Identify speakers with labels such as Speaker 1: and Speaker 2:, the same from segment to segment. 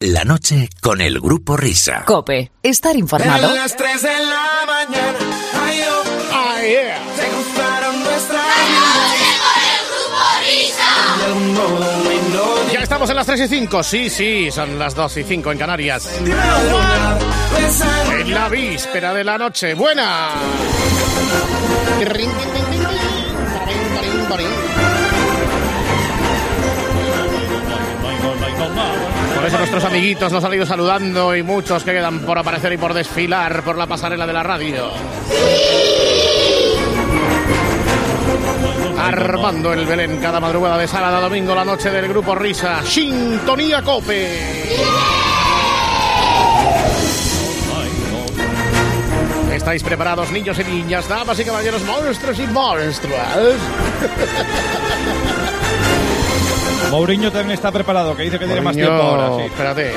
Speaker 1: La noche con el grupo Risa.
Speaker 2: Cope, estar informado.
Speaker 3: En las 3 de la mañana, ay, oh,
Speaker 4: Ah,
Speaker 3: se cruzaron nuestras vidas. De algún modo me inolvidable,
Speaker 4: Ya estamos en las 3 y 5, sí, sí, son las 2 y 5 en Canarias.
Speaker 3: besar
Speaker 4: En la víspera de la noche, buena. Por eso nuestros amiguitos nos han ido saludando y muchos que quedan por aparecer y por desfilar por la pasarela de la radio. Armando el Belén cada madrugada de sábado a domingo la noche del grupo Risa. Sintonía Cope. ¿Estáis preparados, niños y niñas, damas y caballeros, monstruos y monstruas?
Speaker 5: Mourinho también está preparado, que dice que tiene más
Speaker 4: Mourinho,
Speaker 5: tiempo ahora. Sí.
Speaker 4: Espérate.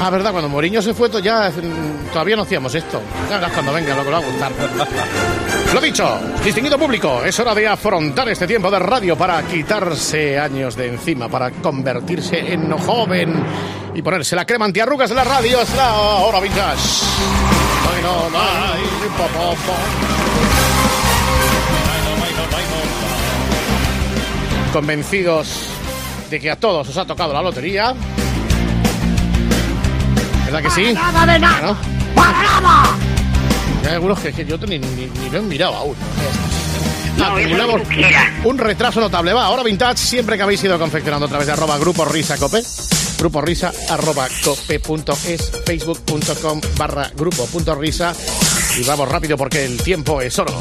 Speaker 4: Ah, verdad, cuando Mourinho se fue to- ya mm, todavía no hacíamos esto. Ya verás cuando venga lo que le va a gustar. Lo dicho, distinguido público, es hora de afrontar este tiempo de radio para quitarse años de encima, para convertirse en joven y ponerse la crema antiarrugas en la radio. Es la hora vintage. Ay, no, no, ay, po, po, po. convencidos de que a todos os ha tocado la lotería. ¿Verdad que sí? ¡Nada de nada! Hay algunos que, que yo ni, ni, ni lo he mirado aún. Ah, acumulamos un retraso notable. Va, ahora Vintage, siempre que habéis ido confeccionando a través de arroba grupo risa cope, grupo risa arroba cope.es, facebook.com barra grupo punto risa. Y vamos rápido porque el tiempo es oro.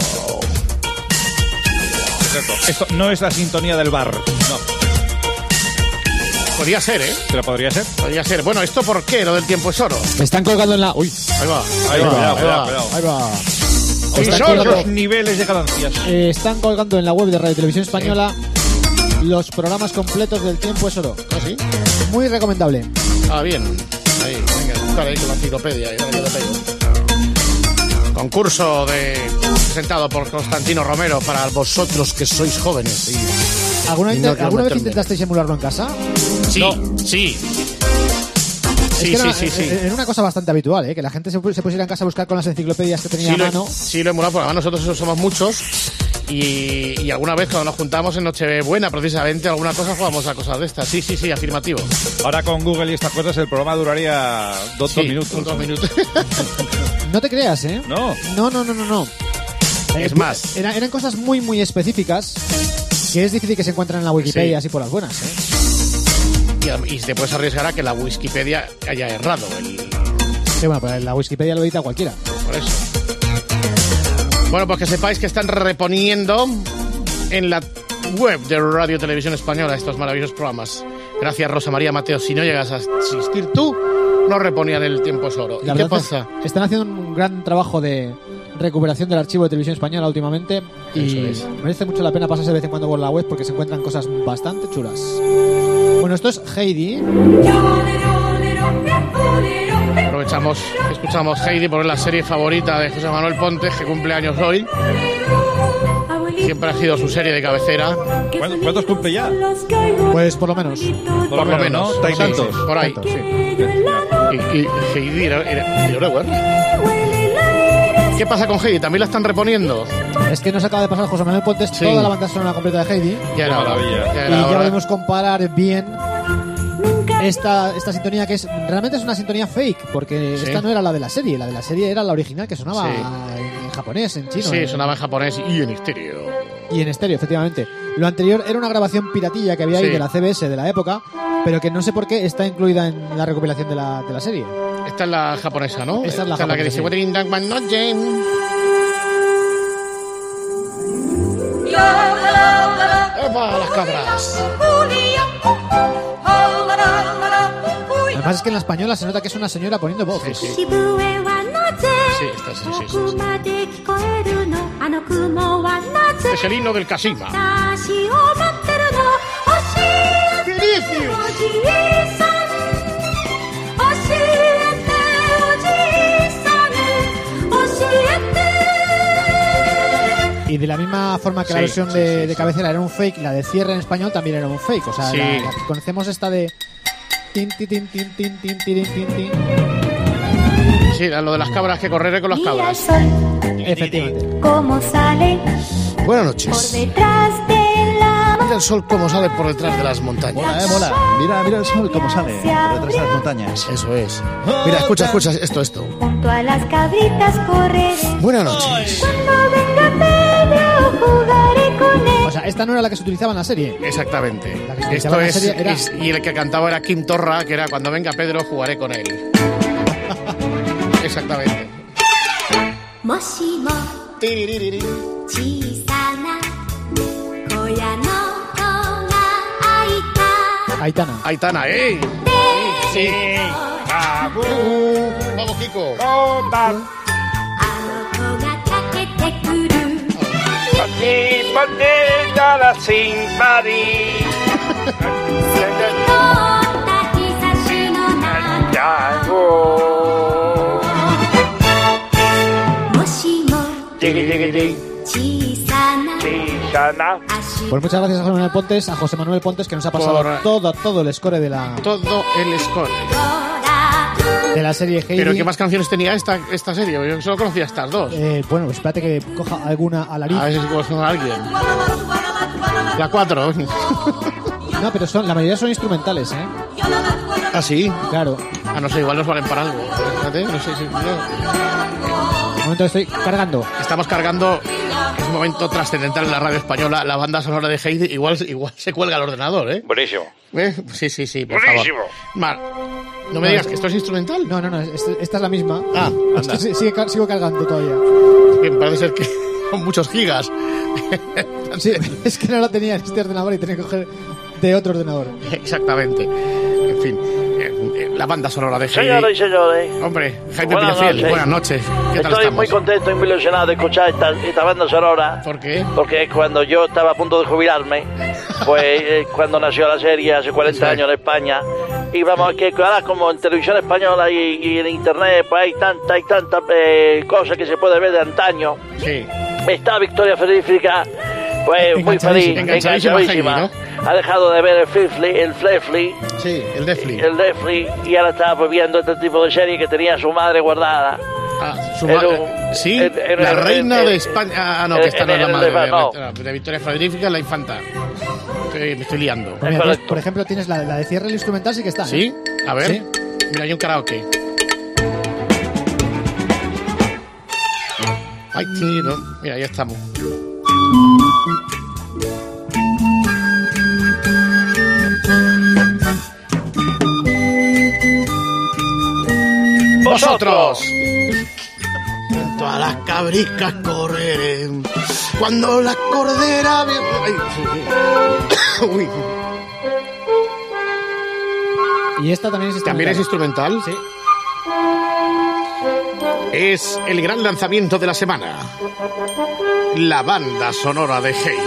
Speaker 5: Esto no es la sintonía del bar. No,
Speaker 4: Podría ser, ¿eh?
Speaker 5: pero podría ser.
Speaker 4: Podría ser. Bueno, ¿esto por qué? Lo del tiempo es oro.
Speaker 6: Me están colgando en la. Uy,
Speaker 4: Ahí va.
Speaker 5: Ahí va, cuidado,
Speaker 4: ahí
Speaker 5: cuidado,
Speaker 4: va. ¿eh?
Speaker 5: cuidado.
Speaker 6: ahí va.
Speaker 5: Hoy
Speaker 6: Está
Speaker 5: son
Speaker 6: colgado.
Speaker 5: los niveles de ganancias.
Speaker 6: Eh, están colgando en la web de Radio Televisión Española los programas completos del tiempo es oro.
Speaker 4: ¿Ah, sí?
Speaker 6: Muy recomendable.
Speaker 4: Ah, bien. Ahí, venga, estar ahí con la enciclopedia. ahí, dale, dale, dale. Concurso de presentado por Constantino Romero para vosotros que sois jóvenes.
Speaker 6: ¿Alguna,
Speaker 4: Y
Speaker 6: inte-
Speaker 4: no quiero
Speaker 6: ¿alguna vez
Speaker 4: meterme.
Speaker 6: intentasteis emularlo en casa?
Speaker 4: Sí, sí. Sí,
Speaker 6: es que
Speaker 4: sí,
Speaker 6: era,
Speaker 4: sí,
Speaker 6: eh,
Speaker 4: sí.
Speaker 6: eh, era una cosa bastante habitual, ¿eh? que la gente se, pu- se pusiera en casa a buscar con las enciclopedias que tenía
Speaker 4: Sí
Speaker 6: a
Speaker 4: lo,
Speaker 6: mano.
Speaker 4: sí lo emulamos, porque además nosotros somos muchos y, y alguna vez cuando nos juntamos en Nochebuena precisamente alguna cosa jugamos a cosas de estas. Sí, sí, sí, afirmativo.
Speaker 5: Ahora con Google y estas cosas el programa duraría dos,
Speaker 4: Sí,
Speaker 5: dos minutos.
Speaker 4: Dos minutos.
Speaker 6: No te creas, ¿eh?
Speaker 5: No.
Speaker 6: No, no, no, no. no. Eh,
Speaker 4: es más,
Speaker 6: Era- eran cosas muy, muy específicas que es difícil que se encuentren en la Wikipedia
Speaker 4: Sí.
Speaker 6: así por las buenas. ¿eh?
Speaker 4: y, y te puedes arriesgar a que la Wikipedia haya errado el,
Speaker 6: Sí, bueno, pues la Wikipedia lo edita cualquiera.
Speaker 4: Por eso. Bueno, pues que sepáis que están reponiendo en la web de Radio Televisión Española estos maravillosos programas. Gracias, Rosa María Mateo. Si no llegas a asistir tú, no reponían el tiempo es oro. ¿Y
Speaker 6: La
Speaker 4: qué
Speaker 6: verdad es que
Speaker 4: pasa?
Speaker 6: están haciendo un gran trabajo de recuperación del archivo de televisión española últimamente y
Speaker 4: Eso es.
Speaker 6: merece mucho la pena pasarse de vez en cuando por la web porque se encuentran cosas bastante chulas. Bueno, esto es Heidi.
Speaker 4: Aprovechamos, escuchamos Heidi por la serie favorita de José Manuel Pontes, que cumple años hoy. Siempre ha sido su serie de cabecera.
Speaker 5: ¿Cuántos- cuántos cumple ya?
Speaker 6: Pues por lo menos.
Speaker 4: Por lo menos.
Speaker 5: ¿no? Hay
Speaker 4: Sí,
Speaker 5: tantos.
Speaker 4: sí, por ahí.
Speaker 6: Tantos, sí.
Speaker 4: Y, y Heidi era, era- era una buena. ¿Qué pasa con Heidi? ¿También la están reponiendo?
Speaker 6: Es que nos acaba de pasar José Manuel Pontes
Speaker 4: Sí.
Speaker 6: toda la banda sonora completa de Heidi
Speaker 4: Ya
Speaker 5: Qué
Speaker 4: era hora,
Speaker 5: maravilla.
Speaker 4: ya
Speaker 6: y
Speaker 4: era
Speaker 6: ya
Speaker 4: hora.
Speaker 6: podemos comparar bien esta, esta sintonía que es realmente es una sintonía fake porque
Speaker 4: Sí.
Speaker 6: esta no era la de la serie, la de la serie era la original que sonaba
Speaker 4: Sí.
Speaker 6: en, en japonés, en chino.
Speaker 4: Sí,
Speaker 6: en-
Speaker 4: sonaba en japonés y en estéreo.
Speaker 6: Y en estéreo, efectivamente. Lo anterior era una grabación piratilla que había ahí
Speaker 4: Sí.
Speaker 6: de la CBS de la época, pero que no sé por qué está incluida en la recopilación de la, de la serie.
Speaker 4: Esta es la japonesa, ¿no?
Speaker 6: Esta es la
Speaker 4: que
Speaker 6: japonesa,
Speaker 4: dice
Speaker 6: sí.
Speaker 4: "Wedding Dang Man No Jam". ¡Epa, las cabras!
Speaker 6: Además es que en la española se nota que es una señora poniendo voz.
Speaker 4: Sí, sí.
Speaker 7: 渋谷はなぜ
Speaker 4: Sí, esta sí, sí,
Speaker 7: 遠
Speaker 4: sí.
Speaker 7: くまで聞こえるのあの雲はなぜ
Speaker 4: Este es el himno del Kashima.
Speaker 7: 私を待ってるの星へ
Speaker 4: ¡Vinicius!
Speaker 7: おじいさん教えておじいさん教えて
Speaker 6: Y de la misma forma que la
Speaker 4: Sí,
Speaker 6: versión
Speaker 4: sí,
Speaker 6: de,
Speaker 4: sí,
Speaker 6: de
Speaker 4: sí.
Speaker 6: cabecera era un fake, la de cierre en español también era un fake. O sea,
Speaker 4: Sí.
Speaker 6: la- la que conocemos esta de... Tin, ti, tin, tin, tin, tin, tirin, tin, tin.
Speaker 4: Sí, era lo de las cabras que correré con las
Speaker 7: Mira el
Speaker 4: cabras.
Speaker 7: sol
Speaker 6: Efectivamente.
Speaker 7: cómo sale
Speaker 6: este
Speaker 4: Buenas
Speaker 7: por
Speaker 4: noches.
Speaker 7: detrás de la
Speaker 4: Mira el sol cómo sale por detrás de las montañas.
Speaker 5: Mola, eh, mola. Mira, mira el sol cómo sale por detrás de las montañas.
Speaker 4: Eso es. Mira, escucha,
Speaker 6: Oh,
Speaker 4: escucha esto, esto.
Speaker 7: junto a las cabritas correré.
Speaker 4: Buenas noches.
Speaker 7: Cuando venga Pedro jugaré con él.
Speaker 6: O sea, esta no era la que se utilizaba en la serie.
Speaker 4: Exactamente.
Speaker 6: La que se
Speaker 4: Esto
Speaker 6: utilizaba en la
Speaker 4: es,
Speaker 6: serie era-
Speaker 4: es- Y el que cantaba era Kim Torra, que era Cuando venga Pedro jugaré con él. Exactamente.
Speaker 7: もしも小さな小屋の戸が開いた
Speaker 6: Aitana.
Speaker 4: Aitana, ¡eh! Sí. Vamos, Kiko.
Speaker 7: あの子が駆けてくる通った日
Speaker 2: Bye.
Speaker 7: 差しの中もしも小さな足
Speaker 6: Pues muchas gracias a José Manuel Pontes, a José Manuel Pontes que nos ha pasado
Speaker 4: Por-
Speaker 6: todo, todo el score de la,
Speaker 4: Todo el score.
Speaker 7: が
Speaker 6: de la serie Heidi.
Speaker 4: Pero ¿qué más canciones tenía esta, esta serie? Yo solo conocía estas dos.
Speaker 6: Eh, bueno, pues espérate que coja alguna a la
Speaker 4: A ver si conozco a alguien. La cuatro.
Speaker 6: No, pero son, la mayoría son instrumentales, ¿eh?
Speaker 4: ¿Ah, sí?
Speaker 6: Claro.
Speaker 4: Ah, no sé, igual nos valen para algo. Fíjate, no sé si... no.
Speaker 6: Un momento estoy cargando.
Speaker 4: Estamos cargando un momento trascendental en la radio española, la banda sonora de Heidi. Igual, igual se cuelga el ordenador, ¿eh?
Speaker 2: Buenísimo.
Speaker 4: ¿Eh? Sí, sí, sí, por favor.
Speaker 2: Buenísimo.
Speaker 4: Mar, no me digas que esto es instrumental.
Speaker 6: No, no, no, es- esta es la misma.
Speaker 4: Ah, anda.
Speaker 6: Es que sí- sigue car- sigo cargando todavía.
Speaker 4: Que parece ser que son muchos gigas.
Speaker 6: Sí, es que no la tenía en este ordenador y tenía que coger de otro ordenador.
Speaker 4: Exactamente. En fin, eh, eh, la banda sonora de
Speaker 8: Señoras
Speaker 4: Heidi.
Speaker 8: y señores,
Speaker 4: Hombre, Jaime
Speaker 8: Buenas
Speaker 4: Piñafiel,
Speaker 8: noches.
Speaker 4: buenas noches. ¿Qué tal
Speaker 8: estoy
Speaker 4: estamos?
Speaker 8: muy contento y muy ilusionado de escuchar esta, esta banda sonora,
Speaker 4: ¿Por qué?
Speaker 8: porque cuando yo estaba a punto de jubilarme, pues eh, cuando nació la serie hace 40 años en España, y vamos, que ahora como en televisión española y, y en internet, pues hay tanta y tanta eh, cosas que se puede ver de antaño,
Speaker 4: Sí.
Speaker 8: está Victoria Federica, pues muy feliz,
Speaker 6: Enganchadísima.
Speaker 4: Enganchadísima,
Speaker 8: enganchadísima,
Speaker 4: Heidi,
Speaker 8: ha dejado de ver el Flifly, el Flefly,
Speaker 4: Sí, el Defli.
Speaker 8: el Defli, y ahora está pues, viendo este tipo de serie que tenía su madre guardada.
Speaker 4: Ah, su
Speaker 8: el-
Speaker 4: ma- sí,
Speaker 8: el- el-
Speaker 4: la
Speaker 8: el-
Speaker 4: reina
Speaker 8: el-
Speaker 4: de España. Ah, no, que
Speaker 8: el-
Speaker 4: está
Speaker 8: el-
Speaker 4: no es la
Speaker 8: el-
Speaker 4: madre.
Speaker 8: el- no.
Speaker 4: de- De, Victoria Frederica, la infanta. Estoy- me estoy liando.
Speaker 6: Pues mira, tienes-
Speaker 8: correcto.
Speaker 6: por ejemplo, tienes la, la de cierre el instrumental, sí que está. ¿eh?
Speaker 4: ¿Sí? A ver.
Speaker 6: Sí.
Speaker 4: Mira, hay un karaoke. Ay, sí, no. Mira, ya estamos. ¡Vosotros!
Speaker 3: Junto a las cabricas correré. Cuando la cordera. ve- Ay, sí, sí. Uy,
Speaker 6: Y esta también es instrumental.
Speaker 4: ¿También es instrumental?
Speaker 6: Sí.
Speaker 4: Es el gran lanzamiento de la semana. La banda sonora de Heidi.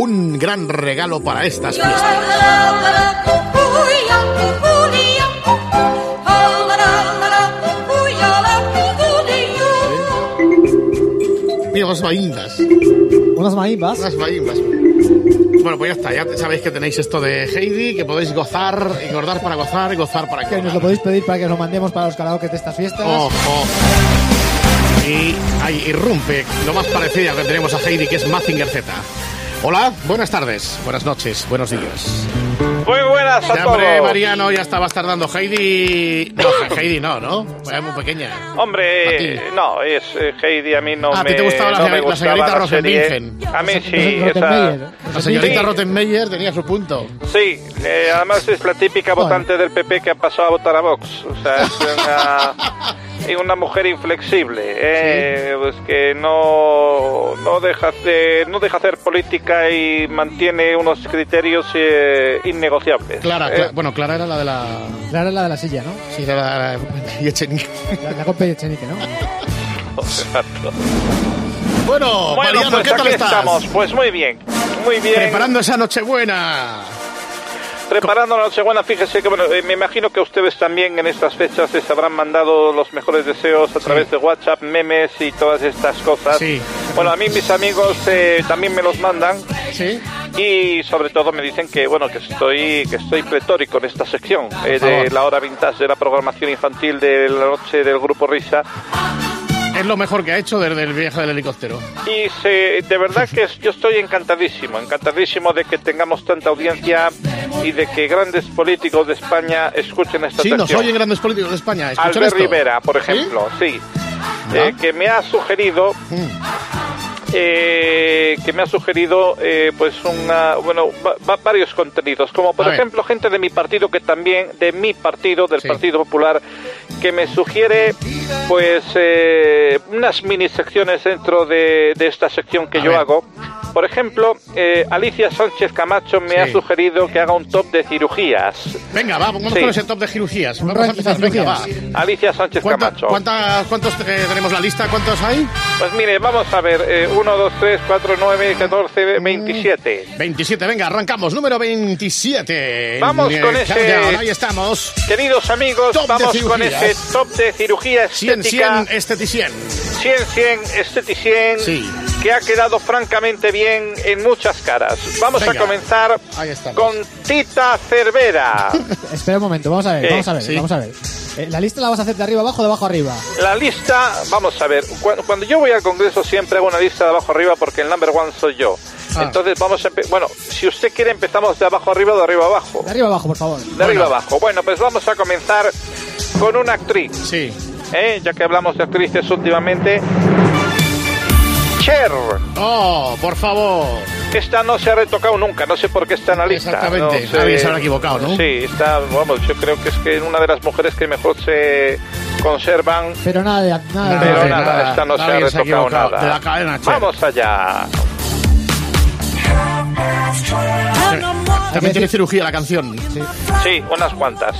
Speaker 4: Un gran regalo para estas fiestas. Mira, las vaindas.
Speaker 6: Unas maímbas.
Speaker 4: Las vaindas. Bueno, pues ya está. Ya sabéis que tenéis esto de Heidi, que podéis gozar, y gozar para gozar, y gozar para
Speaker 6: Que nos lo
Speaker 4: que.
Speaker 6: podéis pedir para que os lo mandemos para los karaoke de estas fiestas.
Speaker 4: Ojo. Y ahí irrumpe lo más parecido que tenemos a Heidi, que es Mazinger Z. Hola, buenas tardes, buenas noches, buenos días.
Speaker 2: Muy buenas a
Speaker 4: Ya, hombre,
Speaker 2: todos.
Speaker 4: Mariano, ya estabas tardando. Heidi. No, Heidi no, ¿no? Era muy pequeña.
Speaker 2: Hombre,
Speaker 4: Martín.
Speaker 2: no, es eh, Heidi, a mí no
Speaker 4: Ah, ¿a ti
Speaker 2: me,
Speaker 4: te gustaba la
Speaker 2: no
Speaker 4: señora-
Speaker 2: me
Speaker 4: la
Speaker 2: gustaba
Speaker 4: señorita
Speaker 2: la serie.
Speaker 4: Rosenvingen?
Speaker 2: A mí
Speaker 6: Rosen-
Speaker 2: sí,
Speaker 6: Rottenmeier.
Speaker 2: esa-
Speaker 4: La señorita
Speaker 2: Sí.
Speaker 4: Rottenmeier tenía su punto.
Speaker 2: Sí, eh, además es la típica
Speaker 6: Bueno.
Speaker 2: votante del PP que ha pasado a votar a Vox. O sea, es una, es una mujer inflexible, eh, pues que no, no, deja de, no deja hacer política y mantiene unos criterios eh, innegociables.
Speaker 4: Clara,
Speaker 2: eh.
Speaker 4: Cla- bueno, Clara era la de la.
Speaker 6: Claro, es la de la silla, ¿no?
Speaker 4: Sí, era la. y Echenique.
Speaker 6: La, la compa y Echenique, ¿no?
Speaker 4: Bueno,
Speaker 2: Bueno,
Speaker 4: Mariano,
Speaker 2: pues
Speaker 4: ¿qué tal
Speaker 2: aquí
Speaker 4: estás?
Speaker 2: estamos. Pues muy bien, muy bien.
Speaker 4: Preparando esa Nochebuena.
Speaker 2: Preparando la Nochebuena, fíjese que bueno, eh, me imagino que ustedes también en estas fechas les habrán mandado los mejores deseos a través de WhatsApp, memes y todas estas cosas.
Speaker 4: Sí.
Speaker 2: Bueno, a mí mis amigos eh, también me los mandan
Speaker 4: Sí.
Speaker 2: y sobre todo me dicen que bueno que estoy que estoy pletórico en esta sección eh, de
Speaker 4: favor.
Speaker 2: la hora vintage de la programación infantil de la noche del grupo Risa
Speaker 4: Es lo mejor que ha hecho desde el viaje del helicóptero.
Speaker 2: y se- de verdad que es- yo estoy encantadísimo, encantadísimo de que tengamos tanta audiencia y de que grandes políticos de España escuchen esta
Speaker 4: Sí,
Speaker 2: sección.
Speaker 4: nos oyen grandes políticos de España. Escuchan
Speaker 2: Albert
Speaker 4: esto.
Speaker 2: Rivera, por
Speaker 4: ¿Sí?
Speaker 2: ejemplo, sí,
Speaker 4: Ya.
Speaker 2: Eh, que me ha sugerido
Speaker 4: Mm.
Speaker 2: eh, que me ha sugerido eh, pues una bueno va- va- varios contenidos como por
Speaker 4: A ver.
Speaker 2: ejemplo gente de mi partido que también de mi partido del
Speaker 4: Sí.
Speaker 2: Partido Popular que me sugiere pues eh, unas mini secciones dentro de, de esta sección que
Speaker 4: A
Speaker 2: yo
Speaker 4: ver.
Speaker 2: hago por ejemplo eh, Alicia Sánchez Camacho me
Speaker 4: Sí.
Speaker 2: ha sugerido que haga un top de cirugías
Speaker 4: Venga, va, vamos
Speaker 2: Sí.
Speaker 4: con ese top de cirugías. Vamos a
Speaker 6: ranking de
Speaker 4: empezar, venga, va.
Speaker 6: cirugías.
Speaker 2: Alicia Sánchez
Speaker 4: ¿Cuánta-
Speaker 2: Camacho
Speaker 4: cuántas- ¿Cuántos eh, tenemos la lista? ¿Cuántos hay?
Speaker 2: pues mire vamos a ver eh, 1, 2, 3, 4, 9, 14, 27
Speaker 4: 27, venga, arrancamos. Número 27.
Speaker 2: Vamos
Speaker 4: Eh,
Speaker 2: con ese-
Speaker 4: countdown, Ahí estamos.
Speaker 2: Queridos amigos,
Speaker 4: Mm. Top de
Speaker 2: vamos con
Speaker 4: cirugías.
Speaker 2: ese top de cirugía
Speaker 4: 100,
Speaker 2: estética
Speaker 4: 100, esteticien.
Speaker 2: 100, 100, esteticien,
Speaker 4: Sí.
Speaker 2: que ha quedado francamente bien en muchas caras. Vamos
Speaker 4: Venga.
Speaker 2: a comenzar
Speaker 4: Ahí estamos.
Speaker 2: con Tita Cervera.
Speaker 6: Espera un momento, vamos a ver,
Speaker 2: Eh,
Speaker 6: vamos a ver,
Speaker 4: sí.
Speaker 6: vamos a ver. Eh, la lista la vas a hacer de arriba abajo, de abajo arriba.
Speaker 2: La lista, vamos a ver, cu- cuando yo voy al Congreso siempre hago una lista de abajo arriba porque el number one soy yo.
Speaker 4: Ah.
Speaker 2: Entonces vamos a... empe- Bueno, si usted quiere empezamos de abajo arriba, de arriba abajo.
Speaker 6: De arriba abajo, por favor.
Speaker 2: De arriba abajo. Bueno, pues vamos a comenzar con una actriz.
Speaker 4: Sí.
Speaker 2: ¿eh? ya que hablamos de actrices últimamente. Cher,
Speaker 4: Oh, por favor.
Speaker 2: esta no se ha retocado nunca, no sé por qué está en la lista.
Speaker 4: Exactamente,
Speaker 2: no sé.
Speaker 4: nadie se habrá equivocado, ¿no?
Speaker 2: Sí, está, vamos, yo creo que es que es una de las mujeres que mejor se conservan,
Speaker 6: Pero nada, de- nada. de-
Speaker 2: pero
Speaker 4: sí,
Speaker 2: nada,
Speaker 4: nada,
Speaker 2: esta no se ha
Speaker 4: nadie se ha
Speaker 2: retocado
Speaker 4: equivocado.
Speaker 2: nada.
Speaker 4: De la cadena Cher.
Speaker 2: Vamos allá.
Speaker 4: También tiene cirugía la canción.
Speaker 2: Sí, unas cuantas.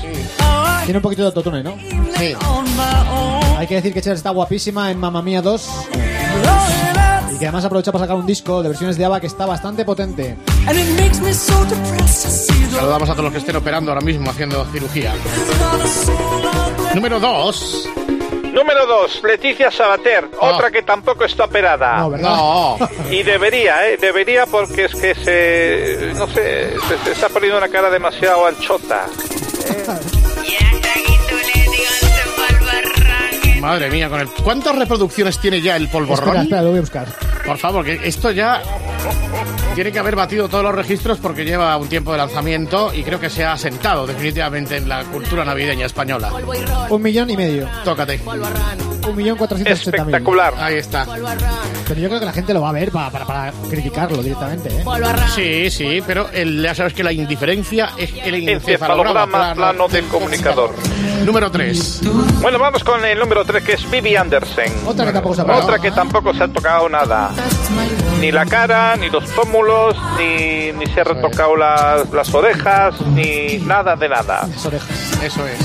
Speaker 6: Tiene un poquito de autotune, ¿no?
Speaker 4: Sí.
Speaker 6: Hay que decir que Cher está guapísima en Mamma Mía 2 y que además aprovecha para sacar un disco de versiones de ABBA que está bastante potente.
Speaker 4: Saludamos a todos los que estén operando ahora mismo haciendo cirugía. Número 2.
Speaker 2: Número 2, Leticia Sabater,
Speaker 4: Ah.
Speaker 2: otra que tampoco está operada.
Speaker 6: No, ¿verdad?
Speaker 4: No.
Speaker 2: Y debería, ¿eh? Debería porque es que se... No sé, se, se está poniendo una cara demasiado anchota.
Speaker 4: Madre mía, con el... ¿cuántas reproducciones tiene ya el
Speaker 6: Espera,
Speaker 4: polvorrón?
Speaker 6: espera, lo voy a buscar.
Speaker 4: Por favor, que esto ya tiene que haber batido todos los registros porque lleva un tiempo de lanzamiento y creo que se ha asentado definitivamente en la cultura navideña española.
Speaker 6: Un millón y medio.
Speaker 4: Tócate.
Speaker 6: Un millón cuatrocientos ochenta mil.
Speaker 2: Espectacular.
Speaker 4: Ahí está.
Speaker 6: Pero yo creo que la gente lo va a ver pa- para, para criticarlo directamente, ¿eh?
Speaker 4: Sí, sí, pero el- ya sabes que la indiferencia es el
Speaker 2: Encefalograma
Speaker 4: encefalograma
Speaker 2: plano del comunicador.
Speaker 4: Número 3.
Speaker 2: Bueno, vamos con el número 3 que es Bibi Andersen.
Speaker 6: Otra que tampoco se ha parado.
Speaker 2: Otra que tampoco se ha tocado nada. Ni la cara, ni los pómulos, ni, ni se ha retocado las, las orejas, ni nada de nada.
Speaker 6: Las orejas.
Speaker 4: Eso es.